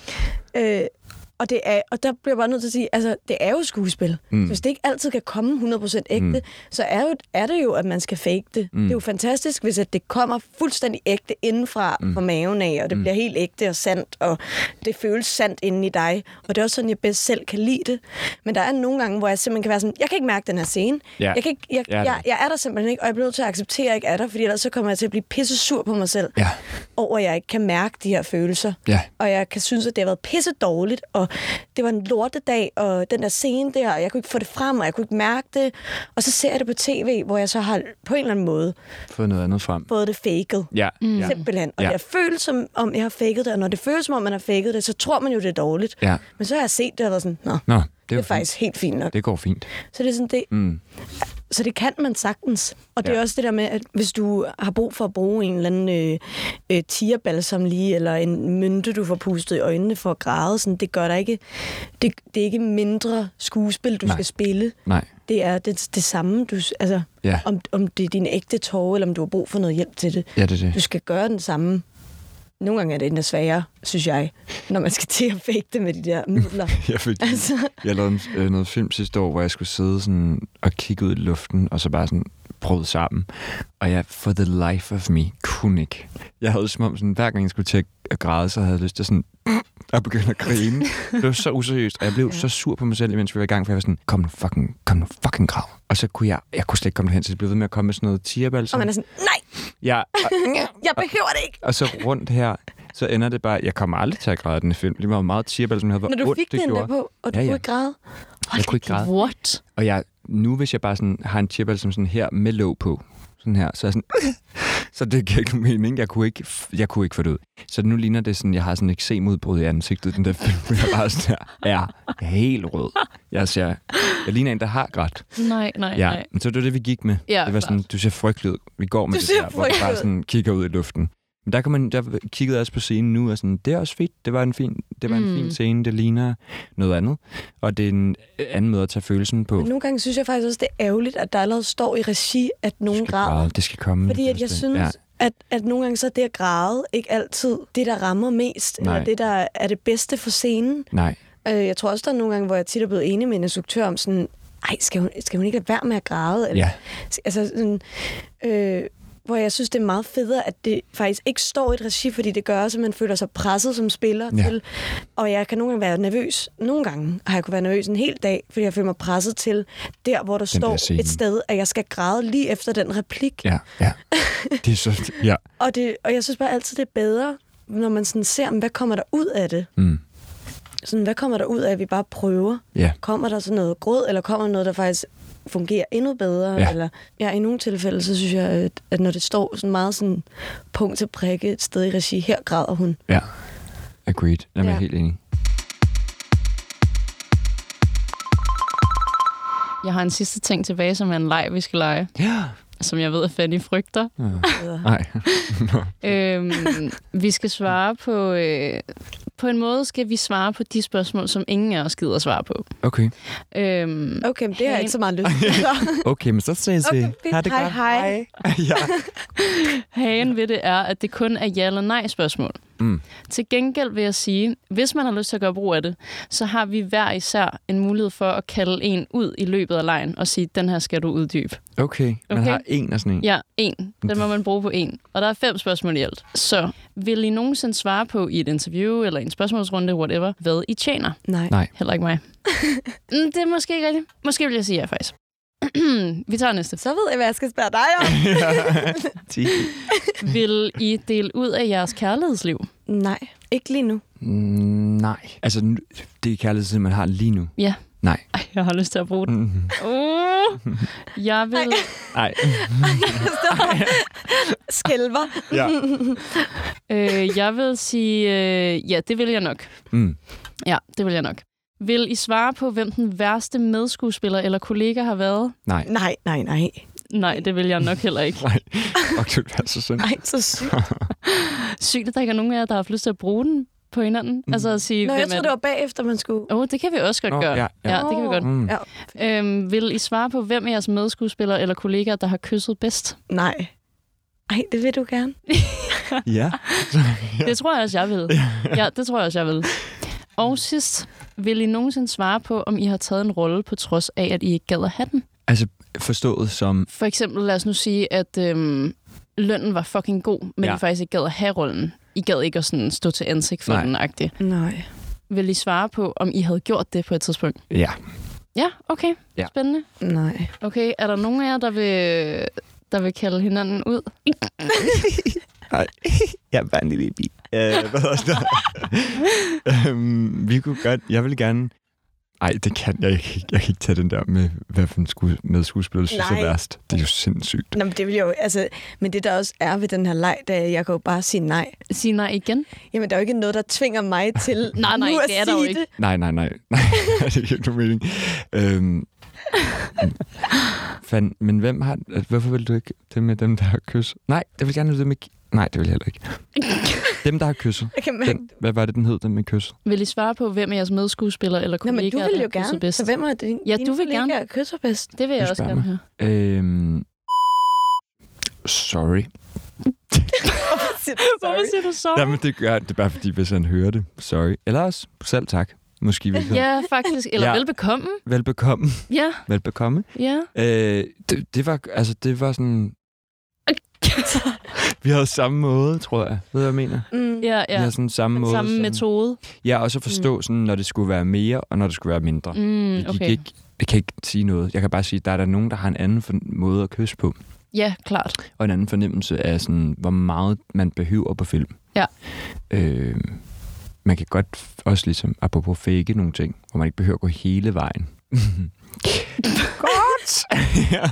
Speaker 2: øh, og, det er, og der bliver jeg bare nødt til at sige, altså, det er jo skuespil. Mm. Så hvis det ikke altid kan komme 100% ægte, mm. så er, jo, er det jo, at man skal fake det. Mm. Det er jo fantastisk, hvis at det kommer fuldstændig ægte indenfra mm. fra maven af, og det mm. bliver helt ægte og sandt, og det føles sandt inde i dig. Og det er også sådan, jeg bedst selv kan lide det. Men der er nogle gange, hvor jeg simpelthen kan være sådan, jeg kan ikke mærke den her scene.
Speaker 1: Ja.
Speaker 2: Jeg, kan ikke, jeg,
Speaker 1: Ja, det er
Speaker 2: jeg, jeg, er der simpelthen ikke, og jeg bliver nødt til at acceptere, at jeg ikke er der, fordi ellers så kommer jeg til at blive pisse sur på mig selv
Speaker 1: Ja.
Speaker 2: over, at jeg ikke kan mærke de her følelser.
Speaker 1: Ja.
Speaker 2: Og jeg kan synes, at det har været pisse dårligt, og det var en lortedag, og den der scene der, og jeg kunne ikke få det frem, og jeg kunne ikke mærke det. Og så ser jeg det på tv, hvor jeg så har på en eller anden måde
Speaker 1: Få noget andet frem.
Speaker 2: fået det faked.
Speaker 1: Ja. Mm. ja.
Speaker 2: Simpelthen. Og
Speaker 1: Ja.
Speaker 2: ja. jeg føler, som om jeg har faked det, og når det føles, som om man har faked det, så tror man jo, det er dårligt.
Speaker 1: Ja.
Speaker 2: Men så har jeg set det og været sådan, nå,
Speaker 1: Nå, det
Speaker 2: det
Speaker 1: er
Speaker 2: er
Speaker 1: jo fint.
Speaker 2: faktisk helt fint nok.
Speaker 1: Det går fint.
Speaker 2: Så det er sådan, det,
Speaker 1: Mm.
Speaker 2: så det kan man sagtens. Og det
Speaker 1: Ja.
Speaker 2: er også det der med, at hvis du har brug for at bruge en eller anden øh, øh, tierbalsam lige, eller en mynte, du får pustet i øjnene for at græde, sådan, det gør dig ikke... Det, det er ikke mindre skuespil, du
Speaker 1: Nej.
Speaker 2: Nej. skal spille.
Speaker 1: Nej.
Speaker 2: Det er det, det samme, du, s- altså,
Speaker 1: Ja.
Speaker 2: om, om det er din ægte tårer, eller om du har brug for noget hjælp til det.
Speaker 1: Ja, det er
Speaker 2: Du
Speaker 1: det.
Speaker 2: skal gøre den samme. Nogle gange er det endda sværere, synes jeg, når man skal til at fake det med de der midler.
Speaker 1: Jeg, fik,
Speaker 2: altså,
Speaker 1: jeg lavede en, øh, noget film sidste år, hvor jeg skulle sidde sådan og kigge ud i luften, og så bare sådan brød sammen. Og jeg, for the life of me, kunne ikke. Jeg havde som om, sådan, hver gang jeg skulle til at græde, så havde jeg lyst til sådan at begynde at grine. Det var så useriøst, og jeg blev så sur på mig selv, imens vi var i gang, for jeg var sådan, kom nu fucking, kom nu fucking grav. Og så kunne jeg, jeg kunne slet ikke komme hen, så jeg blev ved med at komme med sådan noget tierbal.
Speaker 2: og man er sådan, nej,
Speaker 1: Ja, og,
Speaker 2: jeg behøver det ikke.
Speaker 1: og, så rundt her, så ender det bare, jeg kommer aldrig til at græde i den her film. Det var meget tierbal, som jeg havde, hvor
Speaker 2: Når du
Speaker 1: ondt
Speaker 2: fik
Speaker 1: det
Speaker 2: den der
Speaker 1: gjorde.
Speaker 2: på, og du
Speaker 1: Ja, ja.
Speaker 2: ja, ja. kunne ikke græde,
Speaker 1: jeg kunne ikke græde.
Speaker 3: What?
Speaker 1: Og jeg, nu hvis jeg bare sådan, har en chip som sådan her med låg på, sådan her, så er jeg sådan, så det giver ikke nogen mening. Jeg kunne ikke, f- jeg kunne ikke få det ud. Så nu ligner det sådan, jeg har sådan et eksemudbrud i ansigtet, den der film, hvor jeg bare sådan her, er helt rød. Jeg ser, jeg ligner en, der har grædt.
Speaker 3: Nej, nej, ja.
Speaker 1: Ja,
Speaker 3: nej.
Speaker 1: men så var det det, vi gik med.
Speaker 3: Ja,
Speaker 1: det var sådan, du ser frygtelig ud. Vi går med
Speaker 2: Du
Speaker 1: det
Speaker 2: ser
Speaker 1: der, hvor du bare
Speaker 2: frygtelig ud.
Speaker 1: sådan kigger ud i luften. Men der, kan man, der kiggede jeg også på scenen nu, og sådan, det er også fedt, det var en fin, det var en
Speaker 3: Mm.
Speaker 1: mm. fin scene, det ligner noget andet. Og det er en anden måde at tage følelsen på.
Speaker 2: Nogle gange synes jeg faktisk også, det er ærgerligt, at der allerede står i regi, at nogen
Speaker 1: skal
Speaker 2: græder.
Speaker 1: græde, Det skal komme.
Speaker 2: Fordi at jeg
Speaker 1: Det-
Speaker 2: synes,
Speaker 1: Ja.
Speaker 2: ja. at, at nogle gange så er det at græde ikke altid det, der rammer mest,
Speaker 1: Nej.
Speaker 2: eller det, der er det bedste for scenen.
Speaker 1: Nej,
Speaker 2: Øh, jeg tror også, der er nogle gange, hvor jeg tit er blevet enig med en instruktør om sådan, ej, skal hun, skal hun ikke lade være med at græde? Eller,
Speaker 1: Ja.
Speaker 2: Altså sådan, øh, hvor jeg synes, det er meget federe, at det faktisk ikke står i et regi, fordi det gør også, at man føler sig presset som spiller
Speaker 1: Ja.
Speaker 2: ja. til. Og jeg kan nogle gange være nervøs. Nogle gange har jeg kunne være nervøs en hel dag, fordi jeg føler mig presset til der, hvor der
Speaker 1: der
Speaker 2: står
Speaker 1: scene.
Speaker 2: et sted, at jeg skal græde lige efter den replik.
Speaker 1: ja, ja. Det er så, ja.
Speaker 2: Og, det, og jeg synes bare altid, det er bedre, når man sådan ser, "Men hvad kommer der ud af det?
Speaker 1: Mm.
Speaker 2: Sådan, hvad kommer der ud af, at vi bare prøver?
Speaker 1: Ja.
Speaker 2: Kommer der sådan noget grød, eller kommer der noget, der faktisk fungerer endnu bedre?
Speaker 1: Ja.
Speaker 2: Eller, ja, i nogle tilfælde, så synes jeg, at, at når det står sådan meget sådan punkt til prikke et sted i regi, her græder hun.
Speaker 1: Ja. Agreed. Jamen, Jeg er
Speaker 2: Ja.
Speaker 1: helt enig.
Speaker 3: Jeg har en sidste ting tilbage, som er en leg, vi skal lege,
Speaker 1: Ja.
Speaker 3: som jeg ved, at Fanny frygter.
Speaker 1: Nej.
Speaker 3: øhm, vi skal svare på... Øh, på en måde skal vi svare på de spørgsmål, som ingen af os gider at svare på.
Speaker 1: Okay.
Speaker 3: Øhm,
Speaker 2: Okay, men det har jeg
Speaker 3: Hey.
Speaker 2: ikke så meget lyst til. Så-
Speaker 1: Okay, men så ses vi.
Speaker 2: Okay, fint.
Speaker 1: Ha' det
Speaker 2: Hej,
Speaker 1: godt.
Speaker 2: hej.
Speaker 1: ja.
Speaker 3: Hagen ved det er, at det kun er ja eller nej spørgsmål.
Speaker 1: Mm.
Speaker 3: Til gengæld vil jeg sige, hvis man har lyst til at gøre brug af det, så har vi hver især en mulighed for at kalde en ud i løbet af lejen og sige, den her skal du uddybe.
Speaker 1: Okay. Man
Speaker 3: Okay.
Speaker 1: har en af sådan en.
Speaker 3: Ja, en. Den må man bruge på en. Og der er fem spørgsmål i alt. Så vil I nogensinde svare på i et interview eller en spørgsmålsrunde, whatever, hvad I tjener?
Speaker 2: Nej.
Speaker 1: Nej.
Speaker 3: Heller ikke mig. Mm, det er måske ikke rigtigt. Måske vil jeg sige ja, faktisk. vi tager næste.
Speaker 2: Så ved jeg, hvad jeg skal spørge dig om.
Speaker 1: Ti.
Speaker 3: Vil I dele ud af jeres kærlighedsliv?
Speaker 2: Nej, ikke lige nu.
Speaker 1: Mm, nej. Altså, nu- det er kærlighed, man har lige nu.
Speaker 3: Ja.
Speaker 1: Nej.
Speaker 3: Ej, jeg har lyst til at bruge den.
Speaker 1: Mhm.
Speaker 3: Uh, jeg vil...
Speaker 1: Nej.
Speaker 2: Skælver.
Speaker 1: ja.
Speaker 3: Øh, jeg vil sige... Øh, ja, det vil jeg nok.
Speaker 1: Mm.
Speaker 3: Ja, det vil jeg nok. Vil I svare på, hvem den værste medskuespiller eller kollega har været?
Speaker 1: Nej.
Speaker 2: Nej, nej, nej.
Speaker 3: Nej, det vil jeg nok heller ikke.
Speaker 1: Nej. Og det vil være så synd.
Speaker 2: Nej, så sygt.
Speaker 3: Sygt, at der ikke er nogen af jer, der har haft lyst til at bruge den på hinanden. Mm. Altså at sige,
Speaker 2: Nå, jeg
Speaker 3: hvem
Speaker 2: troede, det
Speaker 3: er
Speaker 2: var bagefter, man skulle...
Speaker 3: Åh, oh, det kan vi også godt
Speaker 1: Nå,
Speaker 3: gøre.
Speaker 1: ja, ja.
Speaker 3: det kan vi godt.
Speaker 1: Mm.
Speaker 2: Ja.
Speaker 3: Øhm, vil I svare på, hvem af jeres medskuespillere eller kollegaer, der har kysset bedst?
Speaker 2: Nej. Ej, det vil du gerne.
Speaker 1: ja.
Speaker 3: Det tror jeg også, jeg vil. Ja, det tror jeg også, jeg vil. Og sidst, vil I nogensinde svare på, om I har taget en rolle på trods af, at I ikke gad at have den?
Speaker 1: Altså, forstået som...
Speaker 3: For eksempel, lad os nu sige, at øhm, lønnen var fucking god, men ja.
Speaker 1: Ja.
Speaker 3: I faktisk ikke gad at have rollen. I gad ikke at sådan stå til ansigt for
Speaker 1: Nej.
Speaker 3: den agtigt.
Speaker 2: Nej.
Speaker 3: Vil I svare på, om I havde gjort det på et tidspunkt?
Speaker 1: Ja.
Speaker 3: Ja, okay.
Speaker 1: Ja.
Speaker 3: Spændende.
Speaker 2: Nej.
Speaker 3: Okay, er der nogen af jer, der vil, der vil kalde hinanden ud?
Speaker 1: Jeg var en lille bi. Øh, hvad hedder det? øhm, vi kunne godt... Jeg vil gerne... Ej, det kan jeg ikke. Jeg kan ikke tage den der med, hvad for en sku- med skuespiller, synes er
Speaker 2: Nej.
Speaker 1: værst. Det er jo sindssygt.
Speaker 2: Nå, men det vil jeg jo, altså, men det der også er ved den her leg, det er, at jeg kan jo bare sige nej.
Speaker 3: Sige nej igen?
Speaker 2: Jamen, der er jo ikke noget, der tvinger mig til
Speaker 3: Nej, nej,
Speaker 2: nu at
Speaker 3: det er der
Speaker 2: sige
Speaker 3: jo
Speaker 2: det.
Speaker 3: ikke.
Speaker 1: Nej, nej, nej. nej det giver ikke nogen mening. Øhm, fan, men hvem har... Hvorfor vil du ikke det med dem, der har kysset? Nej, jeg vil gerne have det med... Nej, det vil jeg heller ikke. Dem, der har kysset.
Speaker 2: Jeg kan mærke,
Speaker 1: Den, hvad var det, den hed, den med kysset?
Speaker 3: Vil I svare på, hvem af jeres medskuespillere eller
Speaker 2: Nå, men
Speaker 3: kollegaer,
Speaker 2: du vil jo
Speaker 3: der har kysset
Speaker 2: gerne,
Speaker 3: bedst?
Speaker 2: så hvem er din,
Speaker 3: Ja,
Speaker 2: dine
Speaker 3: du vil
Speaker 2: kollegaer
Speaker 3: gerne.
Speaker 2: kysser bedst?
Speaker 3: Det vil jeg
Speaker 1: Du
Speaker 3: også
Speaker 1: spørger
Speaker 3: gerne høre.
Speaker 1: Øhm, sorry.
Speaker 3: Hvorfor siger du så?
Speaker 1: Jamen, det gør det er bare, fordi hvis han hører det. Sorry. Eller også, selv tak. Måske vi ja.
Speaker 3: Ja, faktisk. Eller ja.
Speaker 1: Ja.
Speaker 3: velbekomme.
Speaker 1: Velbekomme.
Speaker 3: Ja,
Speaker 1: Velbekomme.
Speaker 3: ja.
Speaker 1: Øh, det, det, var, altså, det var sådan... Vi havde samme måde, tror jeg. Ved du, hvad jeg mener?
Speaker 2: Mm.
Speaker 3: Ja,
Speaker 1: Vi
Speaker 3: ja.
Speaker 1: havde sådan samme måde.
Speaker 3: Samme
Speaker 1: sådan-
Speaker 3: metode.
Speaker 1: Ja, og så forstå, sådan, når det skulle være mere, og når det skulle være mindre.
Speaker 3: Mm,
Speaker 1: Jeg gik
Speaker 3: okay.
Speaker 1: ikke, jeg kan ikke sige noget. Jeg kan bare sige, at der er der nogen, der har en anden for, måde at kysse på.
Speaker 3: Ja, klart.
Speaker 1: og en anden fornemmelse af, sådan, hvor meget man behøver på film.
Speaker 3: Ja.
Speaker 1: Øh, man kan godt f- også ligesom, apropos fake nogle ting, hvor man ikke behøver at gå hele vejen. godt! ja,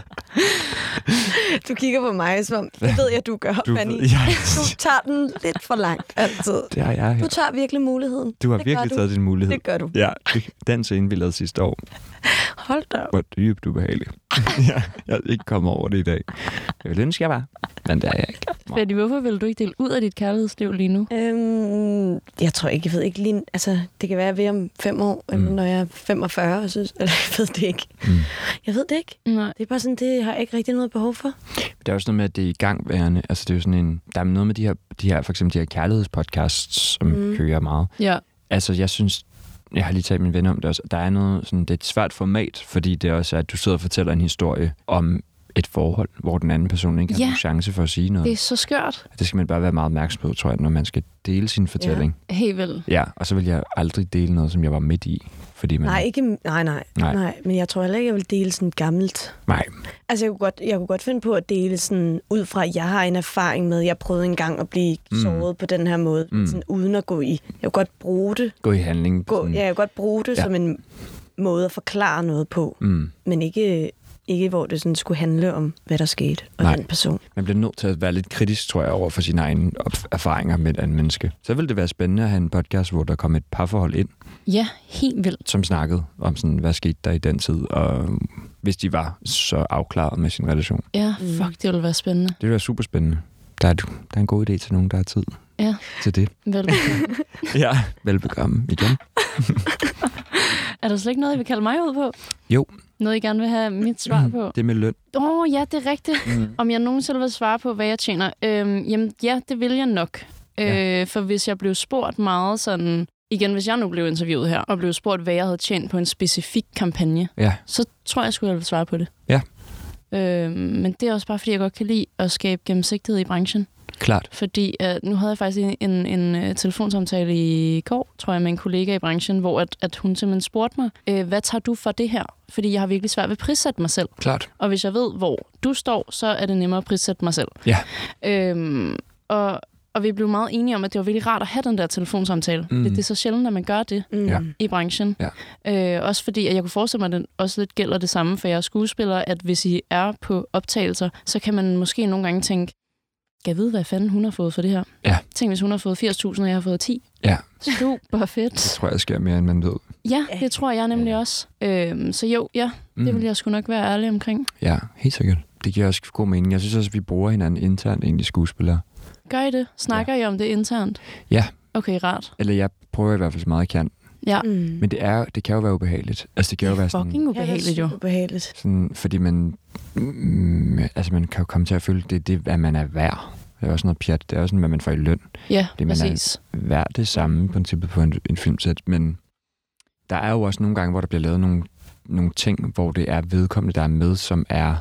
Speaker 2: Du kigger på mig, som om, det ved jeg, du gør,
Speaker 1: du,
Speaker 2: Fanny.
Speaker 1: ved- jeg,
Speaker 2: Du tager den lidt for langt, altid.
Speaker 1: det har jeg her.
Speaker 2: Du tager virkelig muligheden.
Speaker 1: Du har
Speaker 2: det gør
Speaker 1: virkelig
Speaker 2: du.
Speaker 1: taget din mulighed.
Speaker 2: Det gør du.
Speaker 1: Ja, det- den scene, vi lavede sidste år,
Speaker 2: Hold da op.
Speaker 1: Hvor dybt ubehageligt. jeg, jeg er ikke kommet over det i dag. Jeg ville ønske, jeg var, men det er jeg ikke. Nå.
Speaker 3: Betty, hvorfor vil du ikke dele ud af dit kærlighedsliv lige nu?
Speaker 2: Øhm, jeg tror ikke, jeg ved ikke lige... Altså, det kan være ved om fem år, mm. når jeg er 45, og synes... Eller jeg ved det ikke. Mm. Jeg ved det ikke.
Speaker 3: Nej.
Speaker 2: Det er bare sådan, det har jeg ikke rigtig noget behov for.
Speaker 1: Det er også noget med, at det er i gangværende. Altså, det er jo sådan en... Der er noget med de her, de her for eksempel de her kærlighedspodcasts, som mm. kører meget.
Speaker 3: Ja.
Speaker 1: Altså, jeg synes, jeg har lige talt med min ven om det også, der er noget sådan, det er et svært format, fordi det også er, at du sidder og fortæller en historie om et forhold, hvor den anden person ikke har
Speaker 3: Ja.
Speaker 1: nogen chance for at sige noget.
Speaker 3: Det er så skørt.
Speaker 1: Det skal man bare være meget opmærksom på, tror jeg, når man skal dele sin fortælling.
Speaker 3: Helt vel.
Speaker 1: Ja, ja og så vil jeg aldrig dele noget, som jeg var midt i, fordi man...
Speaker 2: Nej, ikke... Nej, nej,
Speaker 1: Nej.
Speaker 2: nej. nej. Men jeg tror heller ikke, jeg vil dele sådan gammelt.
Speaker 1: Nej.
Speaker 2: Altså, jeg kunne, godt, jeg kunne godt finde på at dele sådan, ud fra, at jeg har en erfaring med, jeg prøvede engang at blive mm. såret på den her måde, mm. sådan, uden at gå i. Jeg kunne godt bruge det,
Speaker 1: Gå i handling.
Speaker 2: gå,
Speaker 1: sådan-
Speaker 2: ja, jeg kunne godt bruge det
Speaker 1: Ja.
Speaker 2: ja. som en måde at forklare noget på,
Speaker 1: Mm.
Speaker 2: men ikke, ikke hvor det sådan skulle handle om, hvad der skete og
Speaker 1: Nej.
Speaker 2: den person.
Speaker 1: Man bliver nødt til at være lidt kritisk, tror jeg, over for sine egne op- erfaringer med et andet menneske. Så ville det være spændende at have en podcast, hvor der kom et parforhold ind,
Speaker 3: Ja, helt vildt.
Speaker 1: som snakkede om, sådan, hvad skete der i den tid, og hvis de var så afklaret med sin relation.
Speaker 3: Ja, fuck, det ville være spændende.
Speaker 1: Det ville være super spændende. Der er, der er en god idé til nogen, der har tid
Speaker 3: Ja,
Speaker 1: til det.
Speaker 3: vel.
Speaker 1: Ja. Velbekomme igen.
Speaker 3: er der slet ikke noget, I vil kalde mig ud på?
Speaker 1: Jo.
Speaker 3: Noget, I gerne vil have mit svar på?
Speaker 1: Mm. Det med løn.
Speaker 3: Åh, oh, ja, det er rigtigt. Mm. Om jeg nogensinde vil svare på, hvad jeg tjener? Øhm, jamen, ja, det vil jeg nok.
Speaker 1: Ja.
Speaker 3: Ja. Øh, for hvis jeg blev spurgt meget sådan... Igen, hvis jeg nu blev interviewet her, og blev spurgt, hvad jeg havde tjent på en specifik kampagne,
Speaker 1: Ja.
Speaker 3: så tror jeg, skulle jeg ville svare på det.
Speaker 1: Ja.
Speaker 3: Øh, men det er også bare, fordi jeg godt kan lide at skabe gennemsigtighed i branchen.
Speaker 1: Klart.
Speaker 3: Fordi at nu havde jeg faktisk en, en, en øh, telefonsamtale i går, tror jeg, med en kollega i branchen, hvor at, at hun simpelthen spurgte mig, øh, hvad tager du for det her? Fordi jeg har virkelig svært ved at prissætte mig selv.
Speaker 1: Klart.
Speaker 3: Og hvis jeg ved, hvor du står, så er det nemmere at prissætte mig selv.
Speaker 1: Ja.
Speaker 3: Øhm, og, og vi blev meget enige om, at det var virkelig rart at have den der telefonsamtale.
Speaker 1: Mhm.
Speaker 3: Mm. Det, det er så sjældent, at man gør det
Speaker 2: Mm.
Speaker 1: Ja.
Speaker 3: i branchen. Ja. Øh, også fordi, at jeg kunne forestille mig, at det også lidt gælder det samme for jer skuespillere, at hvis I er på optagelser, så kan man måske nogle gange tænke, kan jeg vide, hvad fanden hun har fået for det her?
Speaker 1: Ja.
Speaker 3: Tænk, hvis hun har fået 80.000, og jeg har fået 10.
Speaker 1: Ja.
Speaker 3: Super
Speaker 1: Det
Speaker 3: fedt.
Speaker 1: tror jeg sker mere, end man ved.
Speaker 3: Ja,
Speaker 2: Ja.
Speaker 3: det tror jeg nemlig også. Øhm, så jo, ja,
Speaker 1: Mm.
Speaker 3: det vil jeg sgu nok være ærlig omkring.
Speaker 1: Ja, helt sikkert. Det giver også god mening. Jeg synes også, at vi bruger hinanden internt egentlig skuespillere.
Speaker 3: Gør I det? Snakker ja. I om det internt?
Speaker 1: Ja.
Speaker 3: Okay, rart.
Speaker 1: Eller jeg prøver i hvert fald så meget, jeg kan.
Speaker 3: Ja.
Speaker 2: Mm.
Speaker 1: Men det, er, det kan jo være ubehageligt. Altså, det kan jo være sådan...
Speaker 3: Fucking ubehageligt jo.
Speaker 2: Ubehageligt.
Speaker 1: Sådan, fordi man, mm, altså man kan jo komme til at føle, det er det, hvad man er værd. Det er også noget pjat. Det er også sådan, hvad man får i løn.
Speaker 3: Ja,
Speaker 1: Det,
Speaker 3: det,
Speaker 1: man er-
Speaker 3: præcis.
Speaker 1: Værd det samme i princippet på en, en filmsæt, men der er jo også nogle gange, hvor der bliver lavet nogle, nogle ting, hvor det er vedkommende, der er med, som er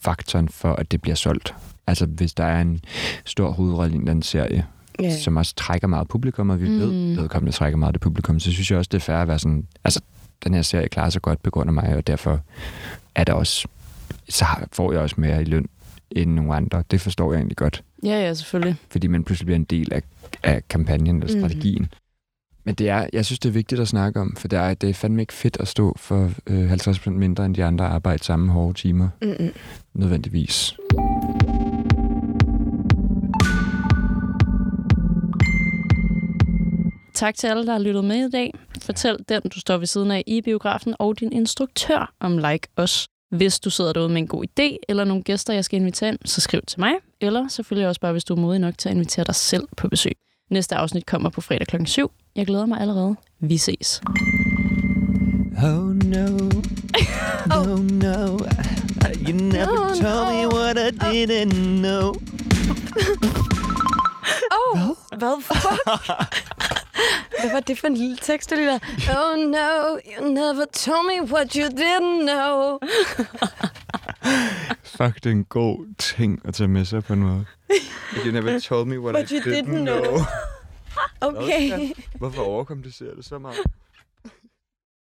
Speaker 1: faktoren for, at det bliver solgt. Altså hvis der er en stor hovedrolle i en eller anden serie,
Speaker 2: Ja.
Speaker 1: yeah. som også trækker meget publikum, og vi mm. ved,
Speaker 3: Mm.
Speaker 1: vedkommende trækker meget det publikum, så synes jeg også, det er fair at være sådan, altså den her serie klarer sig godt på grund af mig, og derfor er der også, så har- får jeg også mere i løn end nogle andre. Det forstår jeg egentlig godt,
Speaker 3: Ja, ja, selvfølgelig.
Speaker 1: fordi man pludselig bliver en del af, af kampagnen eller
Speaker 2: Mm.
Speaker 1: strategien. Men det er, jeg synes, det er vigtigt at snakke om, for det er, det er fandme ikke fedt at stå for øh, 50% mindre end de andre og arbejde samme hårde timer,
Speaker 2: Mm-mm.
Speaker 1: nødvendigvis.
Speaker 3: Tak til alle, der har lyttet med i dag. Fortæl den, du står ved siden af i biografen, og din instruktør om Like Os. Hvis du sidder derude med en god idé, eller nogle gæster, jeg skal invitere ind, så skriv til mig. Eller selvfølgelig også bare, hvis du er modig nok til at invitere dig selv på besøg. Næste afsnit kommer på fredag kl. 7. Jeg glæder mig allerede. Vi ses.
Speaker 1: Oh no. Oh no. You never
Speaker 2: Oh,
Speaker 1: told me what I didn't know.
Speaker 2: Oh, Hvad fuck? Hvad var det for en lille tekst, det der? Oh no, you never told me what you didn't know.
Speaker 1: Fuck, det er en god ting at tage med sig på en måde. You never told me what,
Speaker 2: What
Speaker 1: I
Speaker 2: you
Speaker 1: didn't
Speaker 2: didn't
Speaker 1: know.
Speaker 2: know. Okay.
Speaker 1: Hvorfor overkomplicerer det så meget?